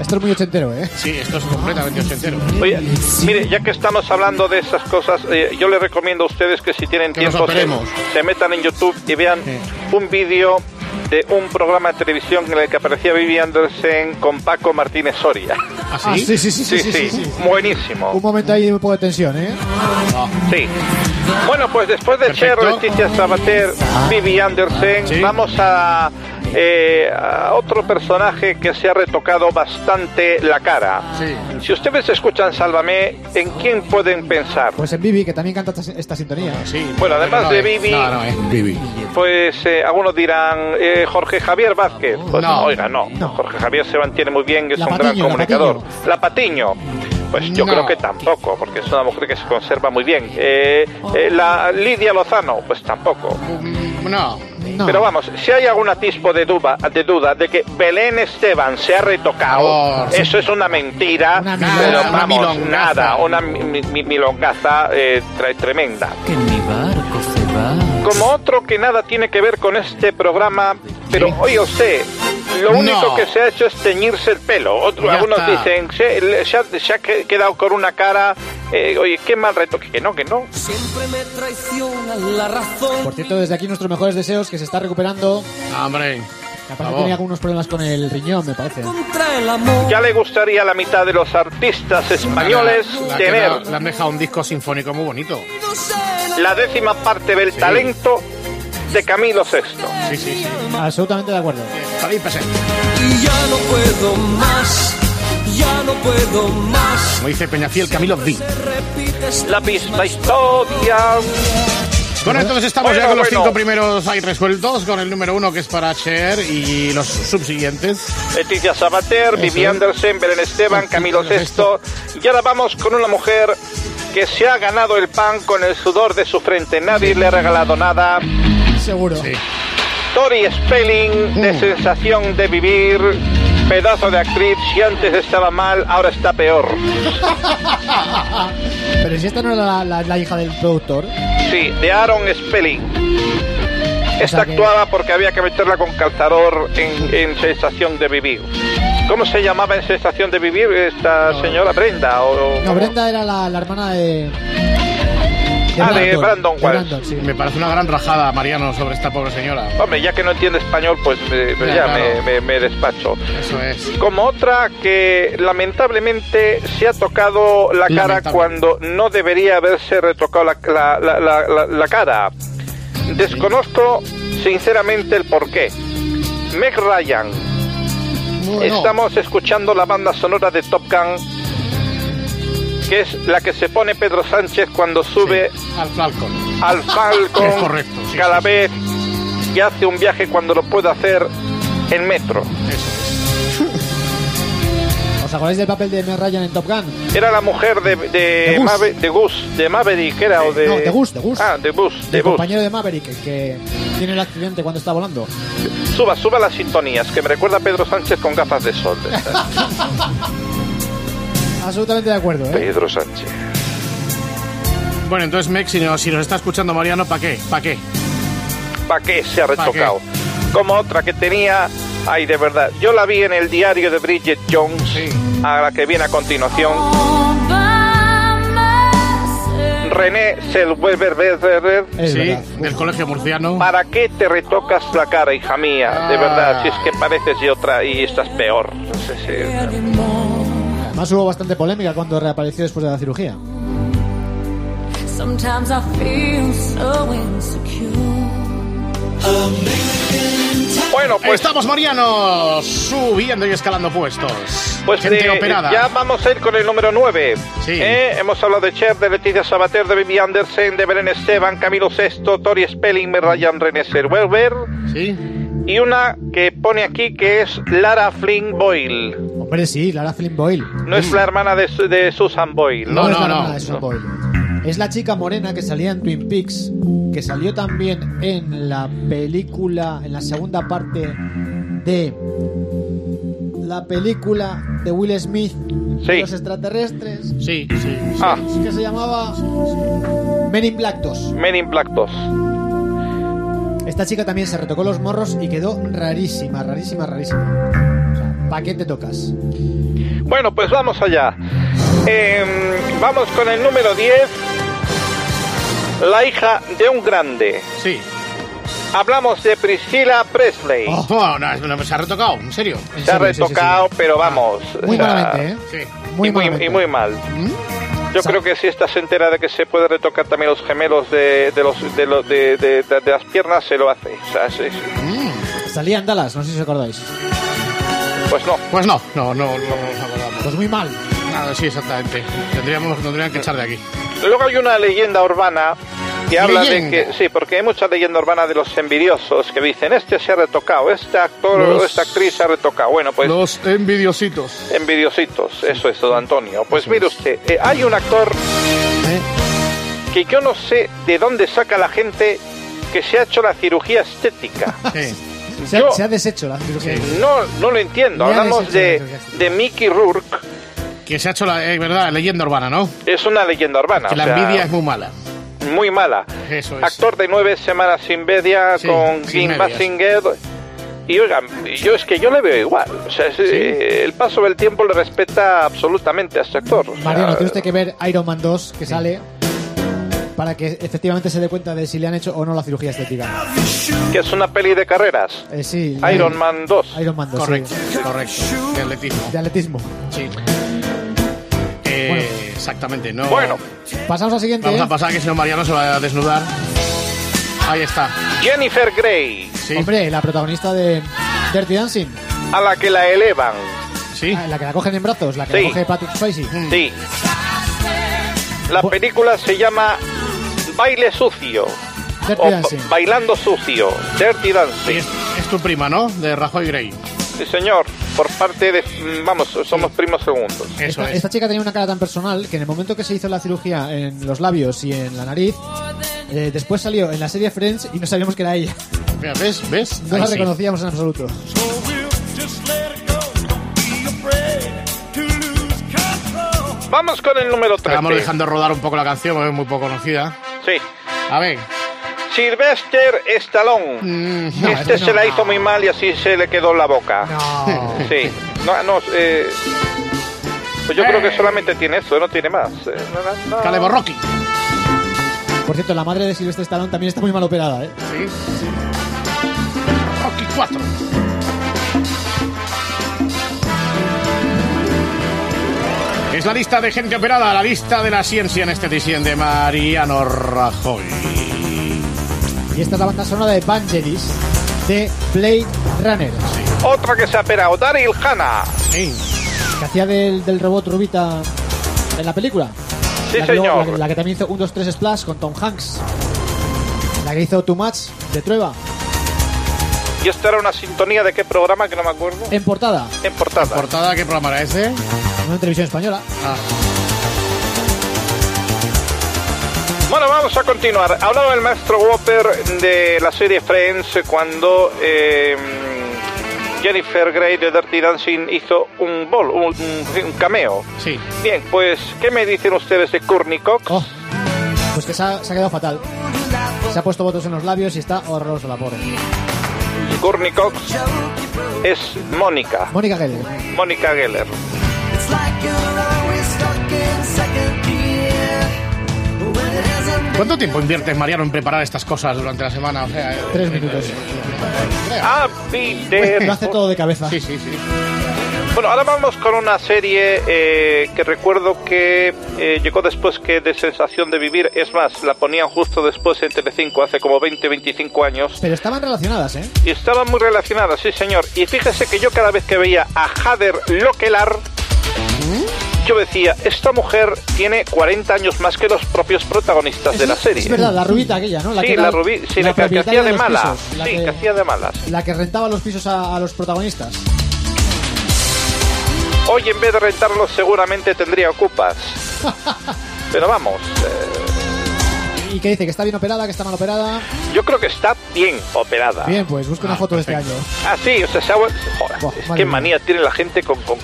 Speaker 6: Esto es muy ochentero, ¿eh?
Speaker 4: Sí, esto es completamente ochentero.
Speaker 2: Oye, mire, ya que estamos hablando de esas cosas, eh, yo les recomiendo a ustedes que si tienen
Speaker 4: Que nos
Speaker 2: tiempo se,
Speaker 4: operemos.
Speaker 2: se metan en YouTube y vean un vídeo de un programa de televisión en el que aparecía Bibi Andersen con Paco Martínez Soria.
Speaker 4: ¿Así?
Speaker 6: Ah, sí, sí, sí, sí, sí, sí, sí.
Speaker 2: buenísimo.
Speaker 6: Un momento ahí de un poco de tensión, ¿eh?
Speaker 2: Sí. Bueno, pues después de Cher,
Speaker 4: Perfecto.
Speaker 2: Leticia Sabater, Bibi Andersen,
Speaker 4: Sí.
Speaker 2: vamos a, eh, a otro personaje que se ha retocado bastante la cara.
Speaker 4: Sí.
Speaker 2: Si ustedes escuchan Sálvame, ¿en quién pueden pensar?
Speaker 6: Pues en Bibi, que también canta esta, esta sintonía.
Speaker 2: Ah,
Speaker 4: Sí,
Speaker 2: Bueno, además de
Speaker 4: es.
Speaker 2: Bibi-
Speaker 4: No, no es Bibi.
Speaker 2: Pues eh, algunos dirán eh, Jorge Javier Vázquez. Pues,
Speaker 4: No.
Speaker 2: Oiga, no.
Speaker 6: No.
Speaker 2: Jorge Javier se mantiene muy bien, es
Speaker 6: La
Speaker 2: un gran
Speaker 6: Patiño, la
Speaker 2: comunicador. La Patiño. Pues yo
Speaker 4: No.
Speaker 2: creo que tampoco, porque es una mujer que se conserva muy bien. Eh, eh, la Lidia Lozano, pues tampoco.
Speaker 4: Mm, No.
Speaker 6: No.
Speaker 2: Pero vamos, si hay algún atisbo de duda, de duda de que Belén Esteban se ha retocado,
Speaker 4: Por favor.
Speaker 2: eso es una mentira,
Speaker 6: Una
Speaker 2: pero
Speaker 6: milonga,
Speaker 4: una
Speaker 2: vamos,
Speaker 4: milongaza.
Speaker 2: nada, una mi- mi- mi- milongaza eh, tre- tremenda.
Speaker 9: Que mi barco se va.
Speaker 2: Como otro que nada tiene que ver con este programa, pero oiga usted, lo
Speaker 4: No.
Speaker 2: único que se ha hecho es teñirse el pelo. Otro-
Speaker 4: Ya
Speaker 2: algunos
Speaker 4: está.
Speaker 2: dicen, se, le- se ha, se ha que- quedado con una cara, eh, oye, qué mal retoque, que no, que no.
Speaker 9: Siempre me traiciona la razón.
Speaker 6: Por cierto, desde aquí nuestros mejores deseos, que se está recuperando.
Speaker 4: Hombre.
Speaker 6: Aparte tenía algunos problemas con el riñón, me parece.
Speaker 2: Ya le gustaría a la mitad de los artistas españoles
Speaker 4: La que
Speaker 2: tener
Speaker 4: la- Le han dejado un disco sinfónico muy bonito.
Speaker 2: la décima parte del talento de Camilo VI.
Speaker 4: Sí, sí, sí.
Speaker 6: Absolutamente de acuerdo.
Speaker 4: David Pesset.
Speaker 9: Y ya no puedo más, ya no puedo más.
Speaker 4: Como dice Peñafiel, Camilo D.
Speaker 9: Repites
Speaker 2: La misma historia.
Speaker 4: Bueno, entonces estamos
Speaker 2: Bueno,
Speaker 4: ya con los
Speaker 2: bueno.
Speaker 4: cinco primeros ahí resueltos, con el número uno que es para Cher y los subsiguientes.
Speaker 2: Leticia Sabater, Vivi Andersen, Belén Esteban, Camilo VI. Y ahora vamos con una mujer que se ha ganado el pan con el sudor de su frente. Nadie le ha regalado nada.
Speaker 6: Seguro.
Speaker 4: Sí.
Speaker 2: Tori Spelling, de
Speaker 4: Mm.
Speaker 2: Sensación de Vivir. Pedazo de actriz. Si antes estaba mal, ahora está peor.
Speaker 6: Pero si esta no era la, la- la hija del productor.
Speaker 2: Sí, de Aaron Spelling. Esta
Speaker 6: que-
Speaker 2: actuaba porque había que meterla con calzador en, en Sensación de Vivir. ¿Cómo se llamaba en Sensación de Vivir esta señora Brenda? O,
Speaker 6: No, Brenda era la, la hermana de.
Speaker 2: Ah, de Brandon Walsh.
Speaker 6: sí.
Speaker 4: Me parece una gran rajada, Mariano, sobre esta pobre señora.
Speaker 2: Hombre, ya que no entiende español, pues me- me-
Speaker 4: Ya,
Speaker 2: ya
Speaker 4: claro.
Speaker 2: me- me- me despacho.
Speaker 4: Eso es.
Speaker 2: Como otra que lamentablemente se ha tocado la cara
Speaker 4: Lamentable.
Speaker 2: cuando no debería haberse retocado la, la- la- la- la- la cara. Desconozco sinceramente el porqué. Meg Ryan.
Speaker 4: Bueno.
Speaker 2: Estamos escuchando la banda sonora de Top Gun, que es la que se pone Pedro Sánchez cuando sube
Speaker 4: Al Falcon.
Speaker 2: al Falcon
Speaker 4: Es correcto, sí,
Speaker 2: cada
Speaker 4: sí, sí.
Speaker 2: vez que hace un viaje cuando lo puede hacer en metro.
Speaker 6: ¿Os acordáis del papel de Meg Ryan en Top Gun?
Speaker 2: Era la mujer de de,
Speaker 6: De Gus. Eh,
Speaker 2: Mave- de Gus, de Maverick era o de
Speaker 6: No, de Gus, de Gus.
Speaker 2: Ah, de Gus, de
Speaker 6: el
Speaker 2: Gus.
Speaker 6: compañero de Maverick, el que tiene el accidente cuando está volando.
Speaker 2: Suba, suba las sintonías, que me recuerda a Pedro Sánchez con gafas de sol.
Speaker 6: Absolutamente de acuerdo, ¿eh?
Speaker 2: Pedro Sánchez.
Speaker 4: Bueno, entonces, Mex, si nos, si nos está escuchando Mariano, ¿para qué? ¿Para qué?
Speaker 2: ¿Para qué se ha
Speaker 4: ¿Pa'
Speaker 2: retocado? Como otra que tenía, ay de verdad, yo la vi en el diario de Bridget Jones, a la que viene a continuación. René Selweber
Speaker 6: Es
Speaker 4: sí,
Speaker 6: verdad.
Speaker 4: del colegio murciano. Eh,
Speaker 2: ¿Para qué te retocas la cara, hija mía? De
Speaker 6: Ah.
Speaker 2: verdad, si es que pareces de otra y estás peor. No sé si-
Speaker 6: Además hubo bastante polémica cuando reapareció después de la cirugía.
Speaker 7: Sometimes I feel so insecure.
Speaker 2: Bueno, pues,
Speaker 4: Estamos, Mariano, subiendo y escalando puestos.
Speaker 2: pues
Speaker 4: Gente
Speaker 2: eh,
Speaker 4: operada.
Speaker 2: ya vamos a ir con el número 9.
Speaker 4: Sí.
Speaker 2: Hemos hablado de Cher, de Leticia Sabater, de Bibi Andersen, de Belén Esteban, Camilo VI, Tori Spelling, Meg Ryan René Zellweger
Speaker 4: Sí.
Speaker 2: y una que pone aquí que es Lara Flynn Boyle.
Speaker 6: Hombre, sí, Lara Flynn Boyle.
Speaker 2: No
Speaker 4: Mm.
Speaker 2: es la hermana de, Su- de Susan Boyle.
Speaker 4: No,
Speaker 6: es
Speaker 4: no,
Speaker 6: la
Speaker 4: no,
Speaker 6: hermana de Susan
Speaker 4: no.
Speaker 6: Boyle. Es la chica morena que salía en Twin Peaks, que salió también en la película, en la segunda parte de la película de Will Smith, de
Speaker 2: Sí.
Speaker 6: los extraterrestres,
Speaker 4: Sí, sí.
Speaker 2: Ah,
Speaker 6: que se llamaba Men in Black 2.
Speaker 2: Men in Black 2.
Speaker 6: Esta chica también se retocó los morros y quedó rarísima, rarísima, rarísima. O sea, ¿para qué te tocas?
Speaker 2: Bueno, pues vamos allá. Eh, vamos con el número 10. La hija de un grande.
Speaker 4: Sí.
Speaker 2: Hablamos de Priscilla Presley.
Speaker 4: Oh, no, no, no, se ha retocado, en serio.
Speaker 2: Se ha
Speaker 6: serio, sí, sí,
Speaker 2: retocado, pero vamos.
Speaker 6: Muy
Speaker 2: o sea,
Speaker 6: malamente, ¿eh?
Speaker 4: Sí.
Speaker 6: Muy
Speaker 2: y, muy,
Speaker 6: malamente. ¿Mm?
Speaker 2: y muy mal. Yo
Speaker 6: Sa-
Speaker 2: creo que si esta se entera de que se puede retocar también los gemelos de, de los, de, lo- de- de- de- de las piernas, se lo hace. O sea, sí, sí.
Speaker 6: Salía en Dallas, no sé si os acordáis. ¿Mm?
Speaker 2: Pues no.
Speaker 4: Pues no, no, no, no nos acordamos.
Speaker 6: Pues muy mal.
Speaker 4: Nada, sí, exactamente. Tendríamos, tendrían que echar de aquí.
Speaker 2: Luego hay una leyenda urbana que habla de
Speaker 4: Leyenda.
Speaker 2: que sí, porque hay mucha leyenda urbana de los envidiosos que dicen este se ha retocado, este actor
Speaker 4: Los-
Speaker 2: o esta actriz se ha retocado. Bueno, pues
Speaker 4: Los envidiositos.
Speaker 2: envidiositos, eso es don Antonio. Pues mire usted, eh, hay un actor
Speaker 6: ¿eh?
Speaker 2: que yo no sé de dónde saca la gente que se ha hecho la cirugía estética.
Speaker 4: Sí.
Speaker 6: Se ha,
Speaker 2: Yo-
Speaker 6: se ha deshecho la cirugía.
Speaker 2: No, no lo entiendo.
Speaker 6: Ya les he
Speaker 2: Hablamos
Speaker 6: hecho
Speaker 2: de,
Speaker 6: la cirugía estética.
Speaker 2: de Mickey Rourke,
Speaker 4: Que se ha hecho la, eh, verdad, leyenda urbana, ¿no?
Speaker 2: es una leyenda urbana.
Speaker 4: que
Speaker 2: o
Speaker 4: la
Speaker 2: sea,
Speaker 4: envidia es muy mala.
Speaker 6: Pues
Speaker 2: muy mala.
Speaker 4: Eso es.
Speaker 2: Actor de nueve semanas sin media
Speaker 4: Sí,
Speaker 2: con
Speaker 4: sin
Speaker 2: Kim
Speaker 4: medias.
Speaker 2: Basinger. Y oigan, yo es que yo le veo igual. O sea, es- eh, el paso del tiempo le
Speaker 4: eh,
Speaker 2: respeta absolutamente a este actor. O sea,
Speaker 6: Mariano, tiene usted que ver Iron Man 2 que sale. para que efectivamente se dé cuenta de si le han hecho o no la cirugía estética.
Speaker 2: Que es una peli de carreras.
Speaker 6: Eh, sí,
Speaker 2: Iron Man 2.
Speaker 6: Iron Man 2, sí.
Speaker 4: Correcto, correcto. De atletismo.
Speaker 6: De atletismo.
Speaker 4: Sí. Eh, Exactamente, no.
Speaker 2: Bueno,
Speaker 6: Pasamos al siguiente.
Speaker 4: Vamos
Speaker 6: ¿eh?
Speaker 4: a pasar que si no Mariano se va a desnudar. Ahí está.
Speaker 2: Jennifer Grey,
Speaker 4: Sí.
Speaker 6: Hombre, la protagonista de Dirty Dancing.
Speaker 2: a la que la elevan.
Speaker 4: Sí.
Speaker 6: Ah, La que la cogen en brazos, la que
Speaker 2: Sí.
Speaker 6: la coge Patrick Swayze.
Speaker 2: Sí. La película se llama Baile Sucio.
Speaker 6: Dirty
Speaker 2: o
Speaker 4: Oh,
Speaker 6: Dancing.
Speaker 2: ba- Bailando Sucio. Dirty
Speaker 4: Y
Speaker 2: Dancing.
Speaker 4: Es, es tu prima, ¿no? De Rajoy Grey.
Speaker 2: Sí, señor. Por parte de... mm, Vamos, somos primos segundos.
Speaker 4: Eso
Speaker 6: esta,
Speaker 4: es.
Speaker 6: esta chica tenía una cara tan personal que en el momento que se hizo la cirugía en los labios y en la nariz, eh, después salió en la serie Friends y no sabíamos que era ella.
Speaker 4: Mira, ¿Ves? ¿Ves?
Speaker 6: No
Speaker 4: Ahí
Speaker 6: la
Speaker 4: sí.
Speaker 6: reconocíamos en absoluto.
Speaker 2: Vamos con el número 3.
Speaker 4: Estábamos dejando rodar un poco la canción, porque es muy poco conocida.
Speaker 2: Sí.
Speaker 4: A ver.
Speaker 2: Sylvester Stallone.
Speaker 4: Mm, no,
Speaker 2: este
Speaker 4: este
Speaker 2: se
Speaker 4: no.
Speaker 2: la hizo muy mal y así se le quedó la boca.
Speaker 6: No.
Speaker 2: Sí. No, no, eh, pues yo creo que solamente tiene eso, no tiene más. Eh, no, no, no.
Speaker 4: Calebo Rocky.
Speaker 6: Por cierto, la madre de Silvestre Stallone también está muy mal operada, ¿eh?
Speaker 4: Sí. Rocky 4. Es la lista de gente operada, la lista de la ciencia en este diciembre de Mariano Rajoy.
Speaker 6: Y esta es la banda sonora de Vangelis de Blade Runner,
Speaker 2: Otra que se ha operado, Daryl Hannah.
Speaker 4: Sí.
Speaker 6: que hacía del, del robot Rubita en la película.
Speaker 2: Sí,
Speaker 6: la que luego-
Speaker 2: señor.
Speaker 6: la que- la que también hizo 1, 2, 3 Splash con Tom Hanks. La que hizo Too Much de Trueba.
Speaker 2: Y esta era una sintonía de qué programa que no me acuerdo.
Speaker 6: En portada, ¿Eh?
Speaker 2: En portada.
Speaker 4: ¿Portada qué programa era ese?
Speaker 6: en una televisión española.
Speaker 4: Ah,
Speaker 2: Bueno, vamos a continuar. Hablaba el maestro Whopper de la serie Friends cuando eh, Jennifer Grey de Dirty Dancing hizo un bol, un- un- un cameo.
Speaker 4: sí.
Speaker 2: Bien, pues, ¿qué me dicen ustedes de Courtney Cox?
Speaker 6: Oh, pues que se ha, se ha quedado fatal. Se ha puesto botox en los labios y está horroroso la pobre.
Speaker 2: Courtney Cox es Mónica,
Speaker 6: Mónica Geller.
Speaker 2: Mónica Geller.
Speaker 4: ¿Cuánto tiempo inviertes, Mariano, en preparar estas cosas durante la semana? O sea, eh,
Speaker 6: Tres minutos.
Speaker 2: Ah, Peter.
Speaker 6: Lo hace todo de cabeza.
Speaker 4: eh, Sí, sí, sí.
Speaker 2: Bueno, ahora vamos con una serie eh, que recuerdo que eh, llegó después que de Sensación de Vivir. Es más, la ponían justo después en Telecinco hace como 20, 25 años.
Speaker 6: Pero estaban relacionadas, ¿eh?
Speaker 2: Y estaban muy relacionadas, sí señor. Y fíjese que yo cada vez que veía a Hader Lokelar, yo decía, esta mujer tiene 40 años más que los propios protagonistas de la serie.
Speaker 6: Es verdad, la rubita aquella, ¿no? La
Speaker 2: sí,
Speaker 6: que era
Speaker 2: la, Rubí, sí, la que- que,
Speaker 6: propietaria
Speaker 2: hacía de
Speaker 6: los
Speaker 2: mala.
Speaker 6: pisos, la
Speaker 2: sí,
Speaker 6: que-
Speaker 2: que hacía de malas.
Speaker 6: La que rentaba los pisos a, a los protagonistas.
Speaker 2: Hoy en vez de rentarlos seguramente tendría ocupas. Pero vamos, eh,
Speaker 6: Y que dice que está bien operada, que está mal operada.
Speaker 2: yo creo que está bien operada.
Speaker 6: Bien, pues busca una
Speaker 4: Ah,
Speaker 6: foto de
Speaker 4: perfecto.
Speaker 6: este año.
Speaker 2: Ah, sí, o sea, se ha vuel- joder,
Speaker 6: Buah,
Speaker 2: es
Speaker 6: madre
Speaker 2: que
Speaker 6: mía.
Speaker 2: manía tiene la gente con, con,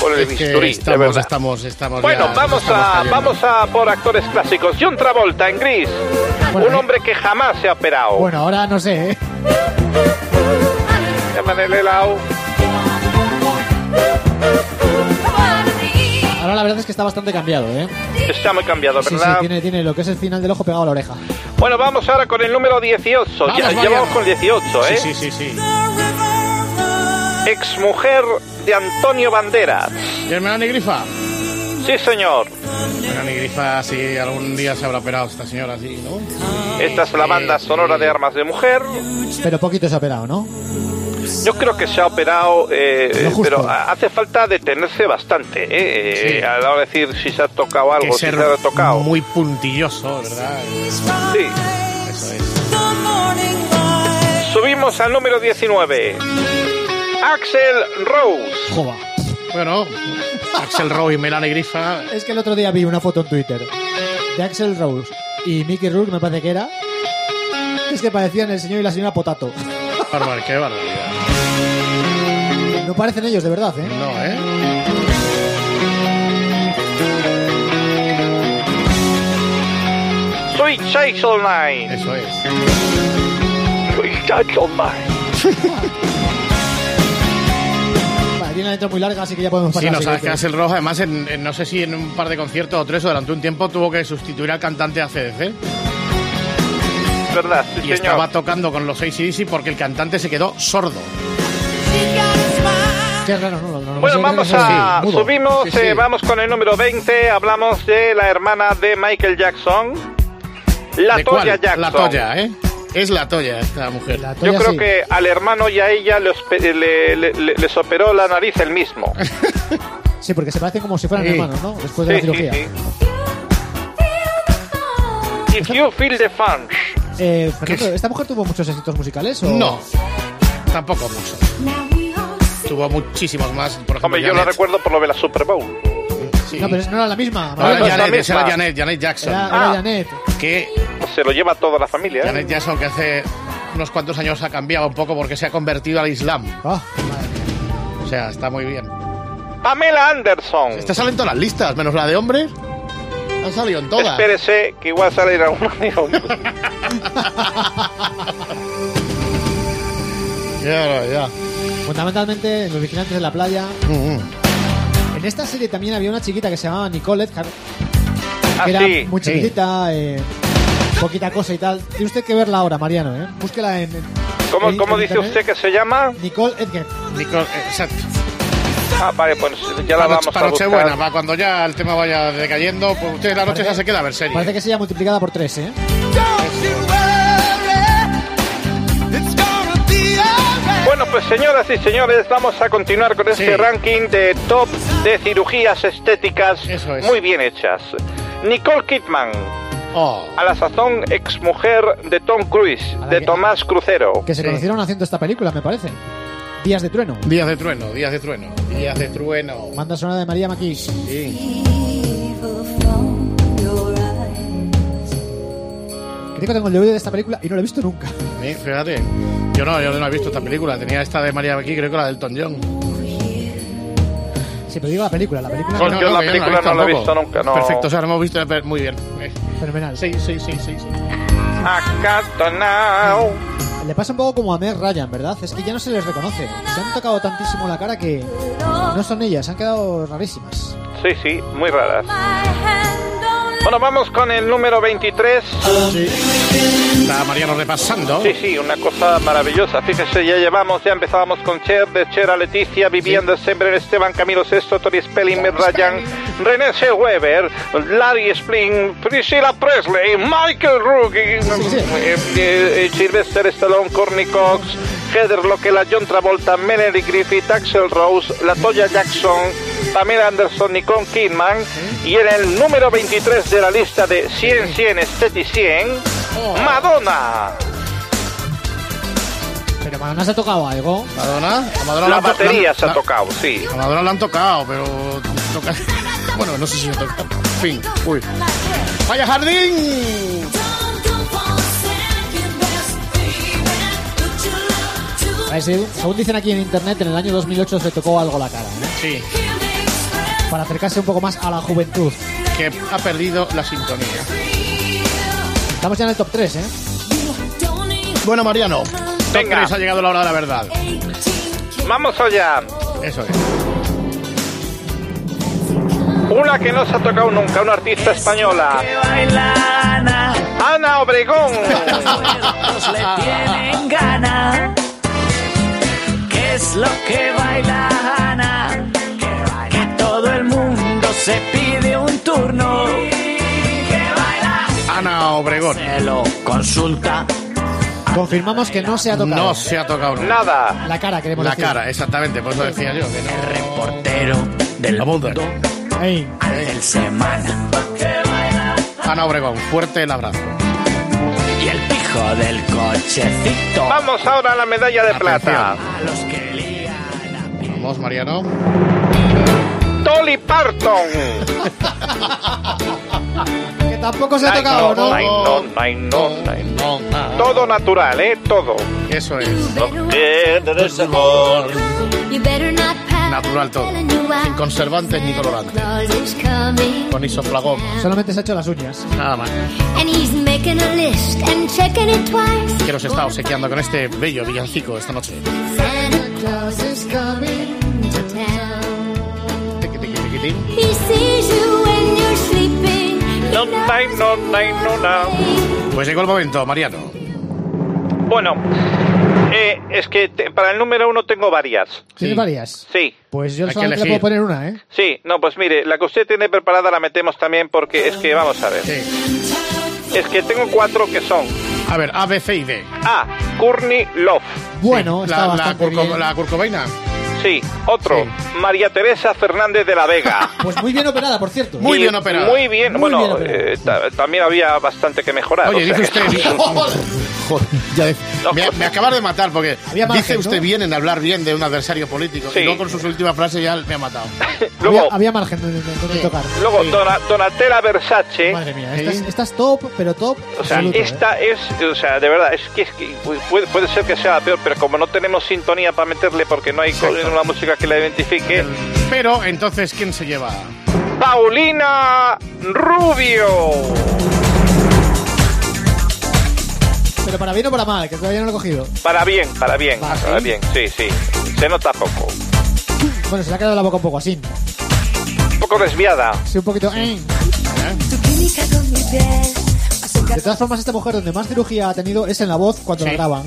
Speaker 2: con el
Speaker 4: Es que
Speaker 2: bisturí, de
Speaker 4: estamos,
Speaker 2: verdad.
Speaker 4: estamos, estamos.
Speaker 2: Bueno,
Speaker 4: ya- nos
Speaker 2: vamos
Speaker 4: estamos
Speaker 2: a,
Speaker 4: cayendo.
Speaker 2: vamos a por actores clásicos. John Travolta en gris.
Speaker 6: Bueno,
Speaker 2: un
Speaker 6: eh.
Speaker 2: hombre que jamás se ha operado.
Speaker 6: Bueno, ahora no sé, ¿eh?
Speaker 2: Llaman el helado.
Speaker 6: Ahora la verdad es que está bastante cambiado, ¿eh?
Speaker 2: Está muy cambiado,
Speaker 6: Sí,
Speaker 2: ¿verdad?
Speaker 6: sí, tiene, tiene lo que es el final del ojo pegado a la oreja.
Speaker 2: Bueno, vamos ahora con el número 18.
Speaker 4: Vamos,
Speaker 2: ya, ya
Speaker 4: Mariano.
Speaker 2: vamos con 18, ¿eh?
Speaker 4: Sí, sí, sí, sí.
Speaker 2: Ex mujer de Antonio Banderas.
Speaker 4: ¿Y el Melanie Grifa?
Speaker 2: Sí, señor.
Speaker 4: Melanie Grifa, sí, algún día se habrá operado esta señora, sí, ¿no?
Speaker 2: Esta es la
Speaker 4: Sí,
Speaker 2: banda
Speaker 4: sí.
Speaker 2: sonora de Armas de Mujer.
Speaker 6: Pero poquito se ha operado, ¿no?
Speaker 2: Yo creo que se ha operado, eh,
Speaker 6: Lo justo.
Speaker 2: pero ha- hace falta detenerse bastante eh, eh,
Speaker 4: Sí.
Speaker 2: a la hora de decir si se ha tocado
Speaker 4: que
Speaker 2: algo, si
Speaker 4: ser
Speaker 2: se ha tocado.
Speaker 4: muy puntilloso, ¿verdad?
Speaker 2: Sí.
Speaker 4: Eso es.
Speaker 2: Subimos al número 19. Axel Rose.
Speaker 6: Jova.
Speaker 4: Bueno, Axel Rowe y Melanie Grifa.
Speaker 6: Es que el otro día vi una foto en Twitter de Axel Rose y Mickey Rourke, me parece que era. Es que parecían el señor y la señora Potato.
Speaker 4: Barbar, qué barbaridad.
Speaker 6: No parecen ellos, de verdad, ¿eh?
Speaker 4: No, ¿eh?
Speaker 2: Soy Chase Online.
Speaker 4: Eso es.
Speaker 2: Soy Chase Online.
Speaker 6: Vale, tiene letra muy larga, así que ya podemos pasar.
Speaker 4: Sí,
Speaker 6: a la
Speaker 4: no sabes
Speaker 6: siguiente.
Speaker 4: que Axel Rojas, además, en- en- no sé si en un par de conciertos o tres o durante un tiempo tuvo que sustituir al cantante ACDC
Speaker 2: Es verdad, sí,
Speaker 4: y
Speaker 2: señor.
Speaker 4: estaba tocando con los ACDC porque el cantante se quedó sordo.
Speaker 6: Qué raro, ¿no? Lo- lo-
Speaker 2: Bueno,
Speaker 6: lo-
Speaker 2: vamos
Speaker 6: lo- lo-
Speaker 2: a.
Speaker 6: sí, mudo.
Speaker 2: subimos,
Speaker 4: Sí, sí.
Speaker 2: eh, vamos con el número 20. Hablamos de la hermana de Michael Jackson. La
Speaker 4: ¿De
Speaker 2: Toya
Speaker 4: cuál?
Speaker 2: Jackson.
Speaker 4: La Toya, ¿eh? Es la Toya esta mujer.
Speaker 6: La
Speaker 2: Yo
Speaker 6: toalla
Speaker 2: creo
Speaker 6: sí.
Speaker 2: que al hermano y a ella les, pe- le- le- le- les operó la nariz el mismo.
Speaker 6: Sí, porque se parecen como si fueran
Speaker 4: Sí.
Speaker 6: hermanos, ¿no? Después de la cirugía.
Speaker 2: If you feel the fun.
Speaker 6: Eh, Fernando, ¿esta mujer tuvo muchos éxitos musicales? O...
Speaker 4: No, tampoco mucho. Tuvo muchísimos más. Por ejemplo,
Speaker 2: Hombre, yo lo
Speaker 4: Janet.
Speaker 2: recuerdo por lo de la Super Bowl.
Speaker 4: Sí.
Speaker 6: No, pero no era la misma.
Speaker 4: No, era
Speaker 2: Ahora
Speaker 6: Manuel.
Speaker 2: ya-
Speaker 4: Janet,
Speaker 2: la
Speaker 4: esa era
Speaker 2: misma.
Speaker 4: Janet, Janet Jackson.
Speaker 6: Era,
Speaker 2: Ah.
Speaker 6: era Janet.
Speaker 4: Que
Speaker 2: Se lo lleva toda la familia. ¿eh?
Speaker 4: Janet Jackson, que hace unos cuantos años ha cambiado un poco porque se ha convertido al Islam.
Speaker 6: Ah,
Speaker 4: O sea, está muy bien.
Speaker 2: Pamela Anderson.
Speaker 4: Esta salen todas las listas, menos la de hombres. Han salido en todas.
Speaker 2: Espérese, que igual sale de alguna de hombres.
Speaker 4: Ya, ya.
Speaker 6: fundamentalmente, los vigilantes de la playa.
Speaker 4: Mm, mm.
Speaker 6: En esta serie también había una chiquita que se llamaba Nicolette, que era
Speaker 2: Así.
Speaker 6: muy
Speaker 4: sí.
Speaker 6: chiquitita, eh, poquita cosa y tal. Tiene usted que verla ahora, Mariano, ¿eh? Búsquela en. en-
Speaker 2: ¿Cómo,
Speaker 6: en-
Speaker 2: cómo
Speaker 6: en
Speaker 2: dice
Speaker 6: internet.
Speaker 2: usted que se llama?
Speaker 6: Nicole Edgar.
Speaker 4: Nico- eh, exacto.
Speaker 2: Ah, vale, pues ya la
Speaker 4: Para,
Speaker 2: vamos
Speaker 4: para
Speaker 2: a buscar.
Speaker 4: Nochebuena, para cuando ya el tema vaya decayendo, pues usted la noche ya se queda a ver serie.
Speaker 6: Parece que se llama multiplicada por tres, ¿eh?
Speaker 2: Bueno, pues señoras y señores, vamos a continuar con este
Speaker 4: Sí.
Speaker 2: ranking de top de cirugías estéticas
Speaker 4: Eso es.
Speaker 2: muy bien hechas. Nicole Kidman,
Speaker 4: Oh.
Speaker 2: a la sazón exmujer de Tom Cruise,
Speaker 6: la
Speaker 2: de
Speaker 6: que-
Speaker 2: Tomás Crucero.
Speaker 6: Que se
Speaker 4: Sí.
Speaker 6: conocieron haciendo esta película, me parece. Días de trueno.
Speaker 4: Días de trueno, días de trueno, días de trueno.
Speaker 6: Banda sonora de María Maquis.
Speaker 4: Sí.
Speaker 6: Creo que tengo el DVD de esta película y no lo he visto nunca.
Speaker 4: Sí, Fíjate. Yo no, yo no he visto esta película. Tenía esta de María aquí, creo que la del Elton John.
Speaker 6: Sí, pero digo la película, la película
Speaker 2: Pues
Speaker 4: No,
Speaker 2: yo
Speaker 4: no,
Speaker 2: la
Speaker 4: que yo no
Speaker 2: película no la he
Speaker 4: tampoco.
Speaker 2: visto nunca, no.
Speaker 4: Perfecto, o sea, lo hemos visto pero muy bien. Eh,
Speaker 6: fenomenal.
Speaker 4: Sí, sí, sí, sí. sí.
Speaker 2: Acá now.
Speaker 6: Le pasa un poco como a Meg Ryan, ¿verdad? Es que ya no se les reconoce. Se han tocado tantísimo la cara que no son ellas, han quedado rarísimas.
Speaker 2: Sí, sí, muy raras. Bueno, vamos con el número 23.
Speaker 4: Está Mariano repasando.
Speaker 2: Sí, sí, una cosa maravillosa. Fíjese, ya llevamos, ya empezábamos con Cher, de Cher a Leticia, Vivian de Sembren, Esteban, Camilo Sesto, Tony Spelling, Mitt Ryan, René C. Weber, Larry Spling, Priscilla Presley, Michael Rook, eh,
Speaker 6: sí.
Speaker 2: eh, eh, Sylvester Stallone, Courtney Cox, Heather Lockela, John Travolta, Melanie Griffith, Axel Rose, Latoya Jackson, Pamela Anderson, Nicole Kidman, y en el número 23 de la lista de 100, 100, Estéti 100,
Speaker 6: Oh.
Speaker 2: Madonna.
Speaker 6: Pero Madonna se ha tocado algo.
Speaker 4: Madonna. A
Speaker 2: La
Speaker 4: Madonna le han to- le
Speaker 2: batería
Speaker 4: han-
Speaker 2: se ha
Speaker 4: la-
Speaker 2: tocado, sí.
Speaker 4: A Madonna la han tocado, pero. toca- Bueno, no sé si se toca. Fin. Uy. ¡Vaya jardín!
Speaker 6: A ver, si- según dicen aquí en internet, en el año 2008 se tocó algo la cara, ¿eh?
Speaker 4: Sí,
Speaker 6: Para acercarse un poco más a la juventud.
Speaker 4: que ha perdido la sintonía.
Speaker 6: Estamos ya en el top 3, ¿eh?
Speaker 4: Bueno, Mariano,
Speaker 2: Venga.
Speaker 4: venga, ha llegado la hora de la verdad.
Speaker 2: Vamos allá.
Speaker 4: Eso es.
Speaker 2: Una que no se ha tocado nunca, una artista española. Ana Obregón.
Speaker 9: ¿Qué es lo que baila Ana? Que todo el mundo se pide un turno.
Speaker 4: Ana Obregón.
Speaker 9: Se lo consulta.
Speaker 6: Confirmamos que no se ha tocado.
Speaker 4: No se ha tocado nunca.
Speaker 2: Nada.
Speaker 6: La cara, queremos
Speaker 4: La
Speaker 6: decir.
Speaker 4: cara, exactamente, por eso decía yo. que no.
Speaker 9: El reportero del
Speaker 4: La bunda.
Speaker 9: mundo
Speaker 6: Ey,
Speaker 9: del semana.
Speaker 4: Ana Obregón, fuerte el abrazo.
Speaker 9: Y el pijo del cochecito.
Speaker 2: Vamos ahora a la medalla de plata.
Speaker 9: A los que lían a pie.
Speaker 4: Vamos, Mariano.
Speaker 2: Tolly Parton.
Speaker 6: que tampoco se ha
Speaker 2: Ay,
Speaker 6: tocado, ¿no?
Speaker 2: ay, no, ay, no, ay, no.
Speaker 4: No, ah,
Speaker 2: Todo natural, ¿eh? Todo.
Speaker 4: Eso es. Natural
Speaker 7: Natural
Speaker 4: todo.
Speaker 7: todo.
Speaker 4: Sin conservantes ni colorantes. Con isoflagón.
Speaker 6: Solamente se ha hecho las uñas.
Speaker 4: Nada más. Que
Speaker 7: Que
Speaker 4: nos está obsequiando con este bello villancico esta noche.
Speaker 7: Santa Claus is coming to town.
Speaker 4: Kitty.
Speaker 7: He sees you when you're sleeping. He
Speaker 2: No, no,
Speaker 7: knows
Speaker 2: no, no, no.
Speaker 4: Pues llegó el momento, Mariano.
Speaker 2: Bueno, eh, es que te- para el número uno tengo varias.
Speaker 6: ¿Tienes
Speaker 4: Sí.
Speaker 6: varias?
Speaker 2: Sí,
Speaker 6: Pues yo
Speaker 4: Hay que
Speaker 6: solamente le
Speaker 4: elegir.
Speaker 6: puedo poner una, ¿eh?
Speaker 2: sí, no, pues mire, la que usted tiene preparada la metemos también porque es que, vamos a ver,
Speaker 4: Sí.
Speaker 2: es que tengo cuatro que son
Speaker 4: A ver, A, B, C y D.
Speaker 2: A, Courtney Love,
Speaker 6: Bueno,
Speaker 4: Sí,
Speaker 6: está
Speaker 4: la, la,
Speaker 6: bastante
Speaker 4: curco-
Speaker 6: bien.
Speaker 4: la curcovaina.
Speaker 2: sí, otro,
Speaker 4: Sí.
Speaker 2: María Teresa Fernández de la Vega.
Speaker 6: Pues muy bien operada, por cierto.
Speaker 4: Muy
Speaker 2: Y
Speaker 4: bien operada.
Speaker 2: Muy bien,
Speaker 6: Muy bien
Speaker 2: bueno,
Speaker 6: operada.
Speaker 2: eh, ta- también había bastante que mejorar.
Speaker 4: Oye,
Speaker 2: o sea
Speaker 4: dice
Speaker 2: que-
Speaker 4: usted. Joder, ya de- me, me acabas de matar porque
Speaker 6: Había margen,
Speaker 4: dice usted
Speaker 6: ¿no?
Speaker 4: bien en hablar bien de un adversario político
Speaker 2: Sí.
Speaker 4: y luego con sus últimas frases ya me ha matado.
Speaker 2: Luego,
Speaker 6: Había, había margen de, de- de tocar.
Speaker 2: luego Dona- Donatella Versace.
Speaker 6: Madre mía,
Speaker 4: Sí.
Speaker 6: esta, es, esta es top, pero top.
Speaker 2: O sea,
Speaker 6: absoluto, ¿eh?
Speaker 2: esta es, o sea, de verdad, es que, es que puede, puede ser que sea la peor, pero como no tenemos sintonía para meterle porque no hay co-
Speaker 4: Exacto.
Speaker 2: una música que la identifique,
Speaker 4: Pero entonces, ¿quién se lleva?
Speaker 2: Paulina Rubio.
Speaker 6: Pero para bien o para mal, que todavía no lo he cogido.
Speaker 2: Para bien, para bien,
Speaker 6: ¿Ah, sí?
Speaker 2: para bien, sí, sí. Se nota poco.
Speaker 6: Bueno, se le ha quedado la boca un poco así.
Speaker 2: Un poco desviada.
Speaker 6: Sí, un poquito. eh. De todas formas, esta mujer donde más cirugía ha tenido es en la voz cuando la
Speaker 4: Sí.
Speaker 6: graban.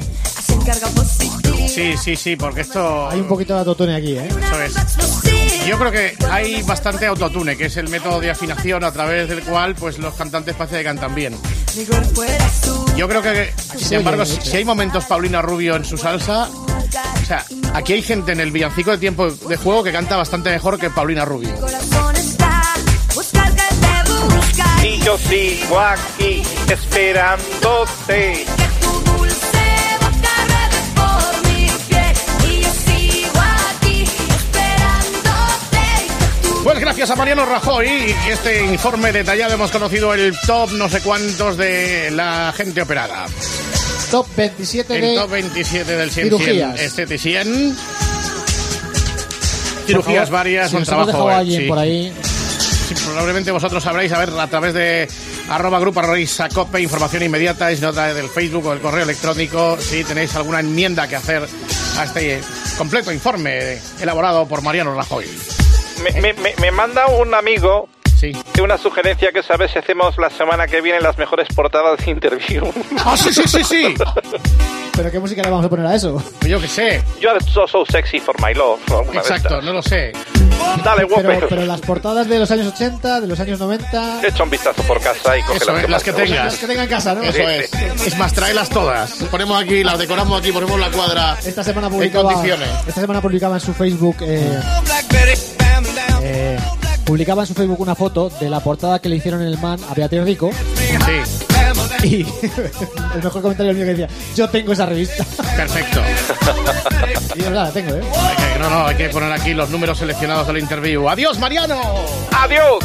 Speaker 4: Sí, sí, sí, porque esto.
Speaker 6: Hay un poquito de autotune aquí, ¿eh?
Speaker 4: Eso es. Yo creo que hay bastante autotune, que es el método de afinación a través del cual pues los cantantes parece que cantan bien. Yo creo que, sin embargo, si, si hay momentos Paulina Rubio en su salsa, o sea, aquí hay gente en el villancico de tiempo de juego que canta bastante mejor que Paulina Rubio.
Speaker 2: Y yo sigo aquí esperándote.
Speaker 4: Pues gracias a Mariano Rajoy y este informe detallado hemos conocido el top no sé cuántos de la gente operada.
Speaker 6: Top 27
Speaker 4: El top
Speaker 6: de.
Speaker 4: 27 del 100,
Speaker 6: Cirugías.
Speaker 4: 100 este 100. Cirugías varias,
Speaker 6: si
Speaker 4: un
Speaker 6: nos hemos
Speaker 4: trabajo.
Speaker 6: dejado a
Speaker 4: eh,
Speaker 6: alguien
Speaker 4: sí.
Speaker 6: por ahí.
Speaker 4: Sí, probablemente vosotros sabréis, a ver, a través de arroba grupo Risa Cope, información inmediata, es nota del Facebook o el correo electrónico, si tenéis alguna enmienda que hacer a este completo informe elaborado por Mariano Rajoy.
Speaker 2: Me, me- me- me manda un amigo
Speaker 4: Sí.
Speaker 2: una sugerencia que sabes si hacemos la semana que viene las mejores portadas de interview.
Speaker 4: ¡Ah, sí, sí, sí, sí!
Speaker 6: Pero qué música le vamos a poner a eso.
Speaker 4: Yo qué sé,
Speaker 2: You are so, so sexy for my love. o alguna de
Speaker 4: exacto,
Speaker 2: estas.
Speaker 4: no lo sé.
Speaker 2: Dale, Whopper.
Speaker 6: Pero, pero las portadas de los años 80, de los años 90.
Speaker 2: Echa un vistazo por casa y coge
Speaker 4: Eso es, las que
Speaker 2: más te gusten.
Speaker 6: Las
Speaker 4: tengas.
Speaker 6: que tenga en casa, ¿no?
Speaker 4: Eso es. Es más, tráelas todas. Ponemos aquí, las decoramos aquí, ponemos la cuadra.
Speaker 6: Esta semana
Speaker 4: En
Speaker 6: publicaba.
Speaker 4: condiciones.
Speaker 6: Esta semana publicaba en su Facebook. eh, eh, publicaba en su Facebook una foto de la portada que le hicieron en el man a Beatriz Rico.
Speaker 4: Sí,
Speaker 6: Y el mejor comentario mío que decía: Yo tengo esa revista.
Speaker 4: perfecto.
Speaker 6: Y yo, la tengo, ¿eh?
Speaker 4: Hay que- No, no, hay que poner aquí los números seleccionados del interview. ¡Adiós, Mariano!
Speaker 2: ¡Adiós!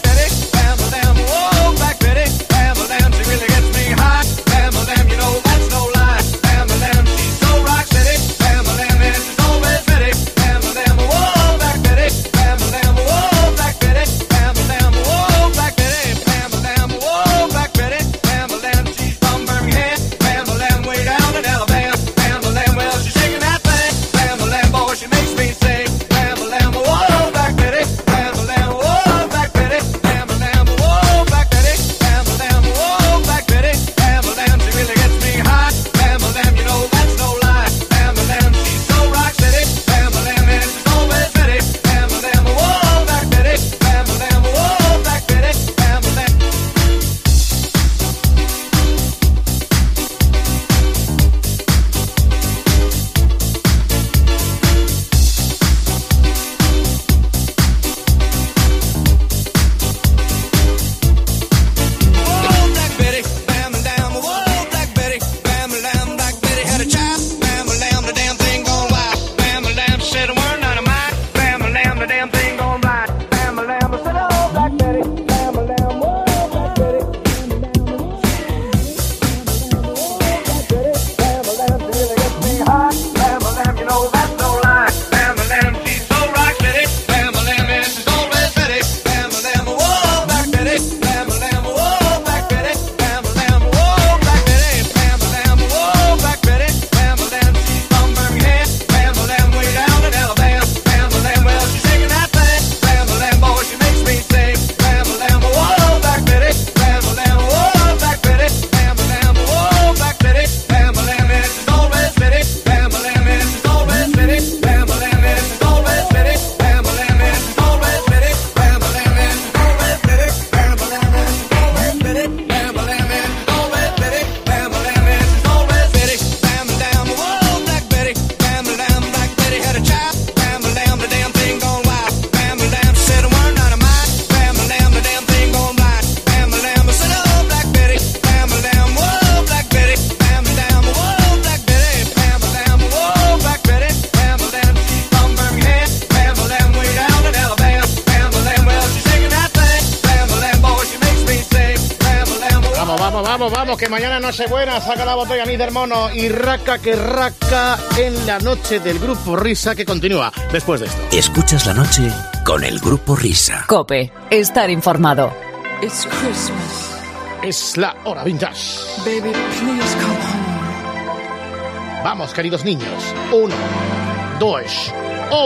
Speaker 9: Back
Speaker 10: "Oh, oh, oh, "Oh, oh,
Speaker 11: Vamos, vamos, que mañana noche buena, saca la botella, mis hermanos, y raca que raca en la noche del grupo Risa que continúa después de esto.
Speaker 7: Escuchas la noche con el grupo Risa.
Speaker 4: Cope, estar informado.
Speaker 11: It's Christmas. Es la hora vintage. Baby, please come home. Vamos, queridos niños. Uno, dos,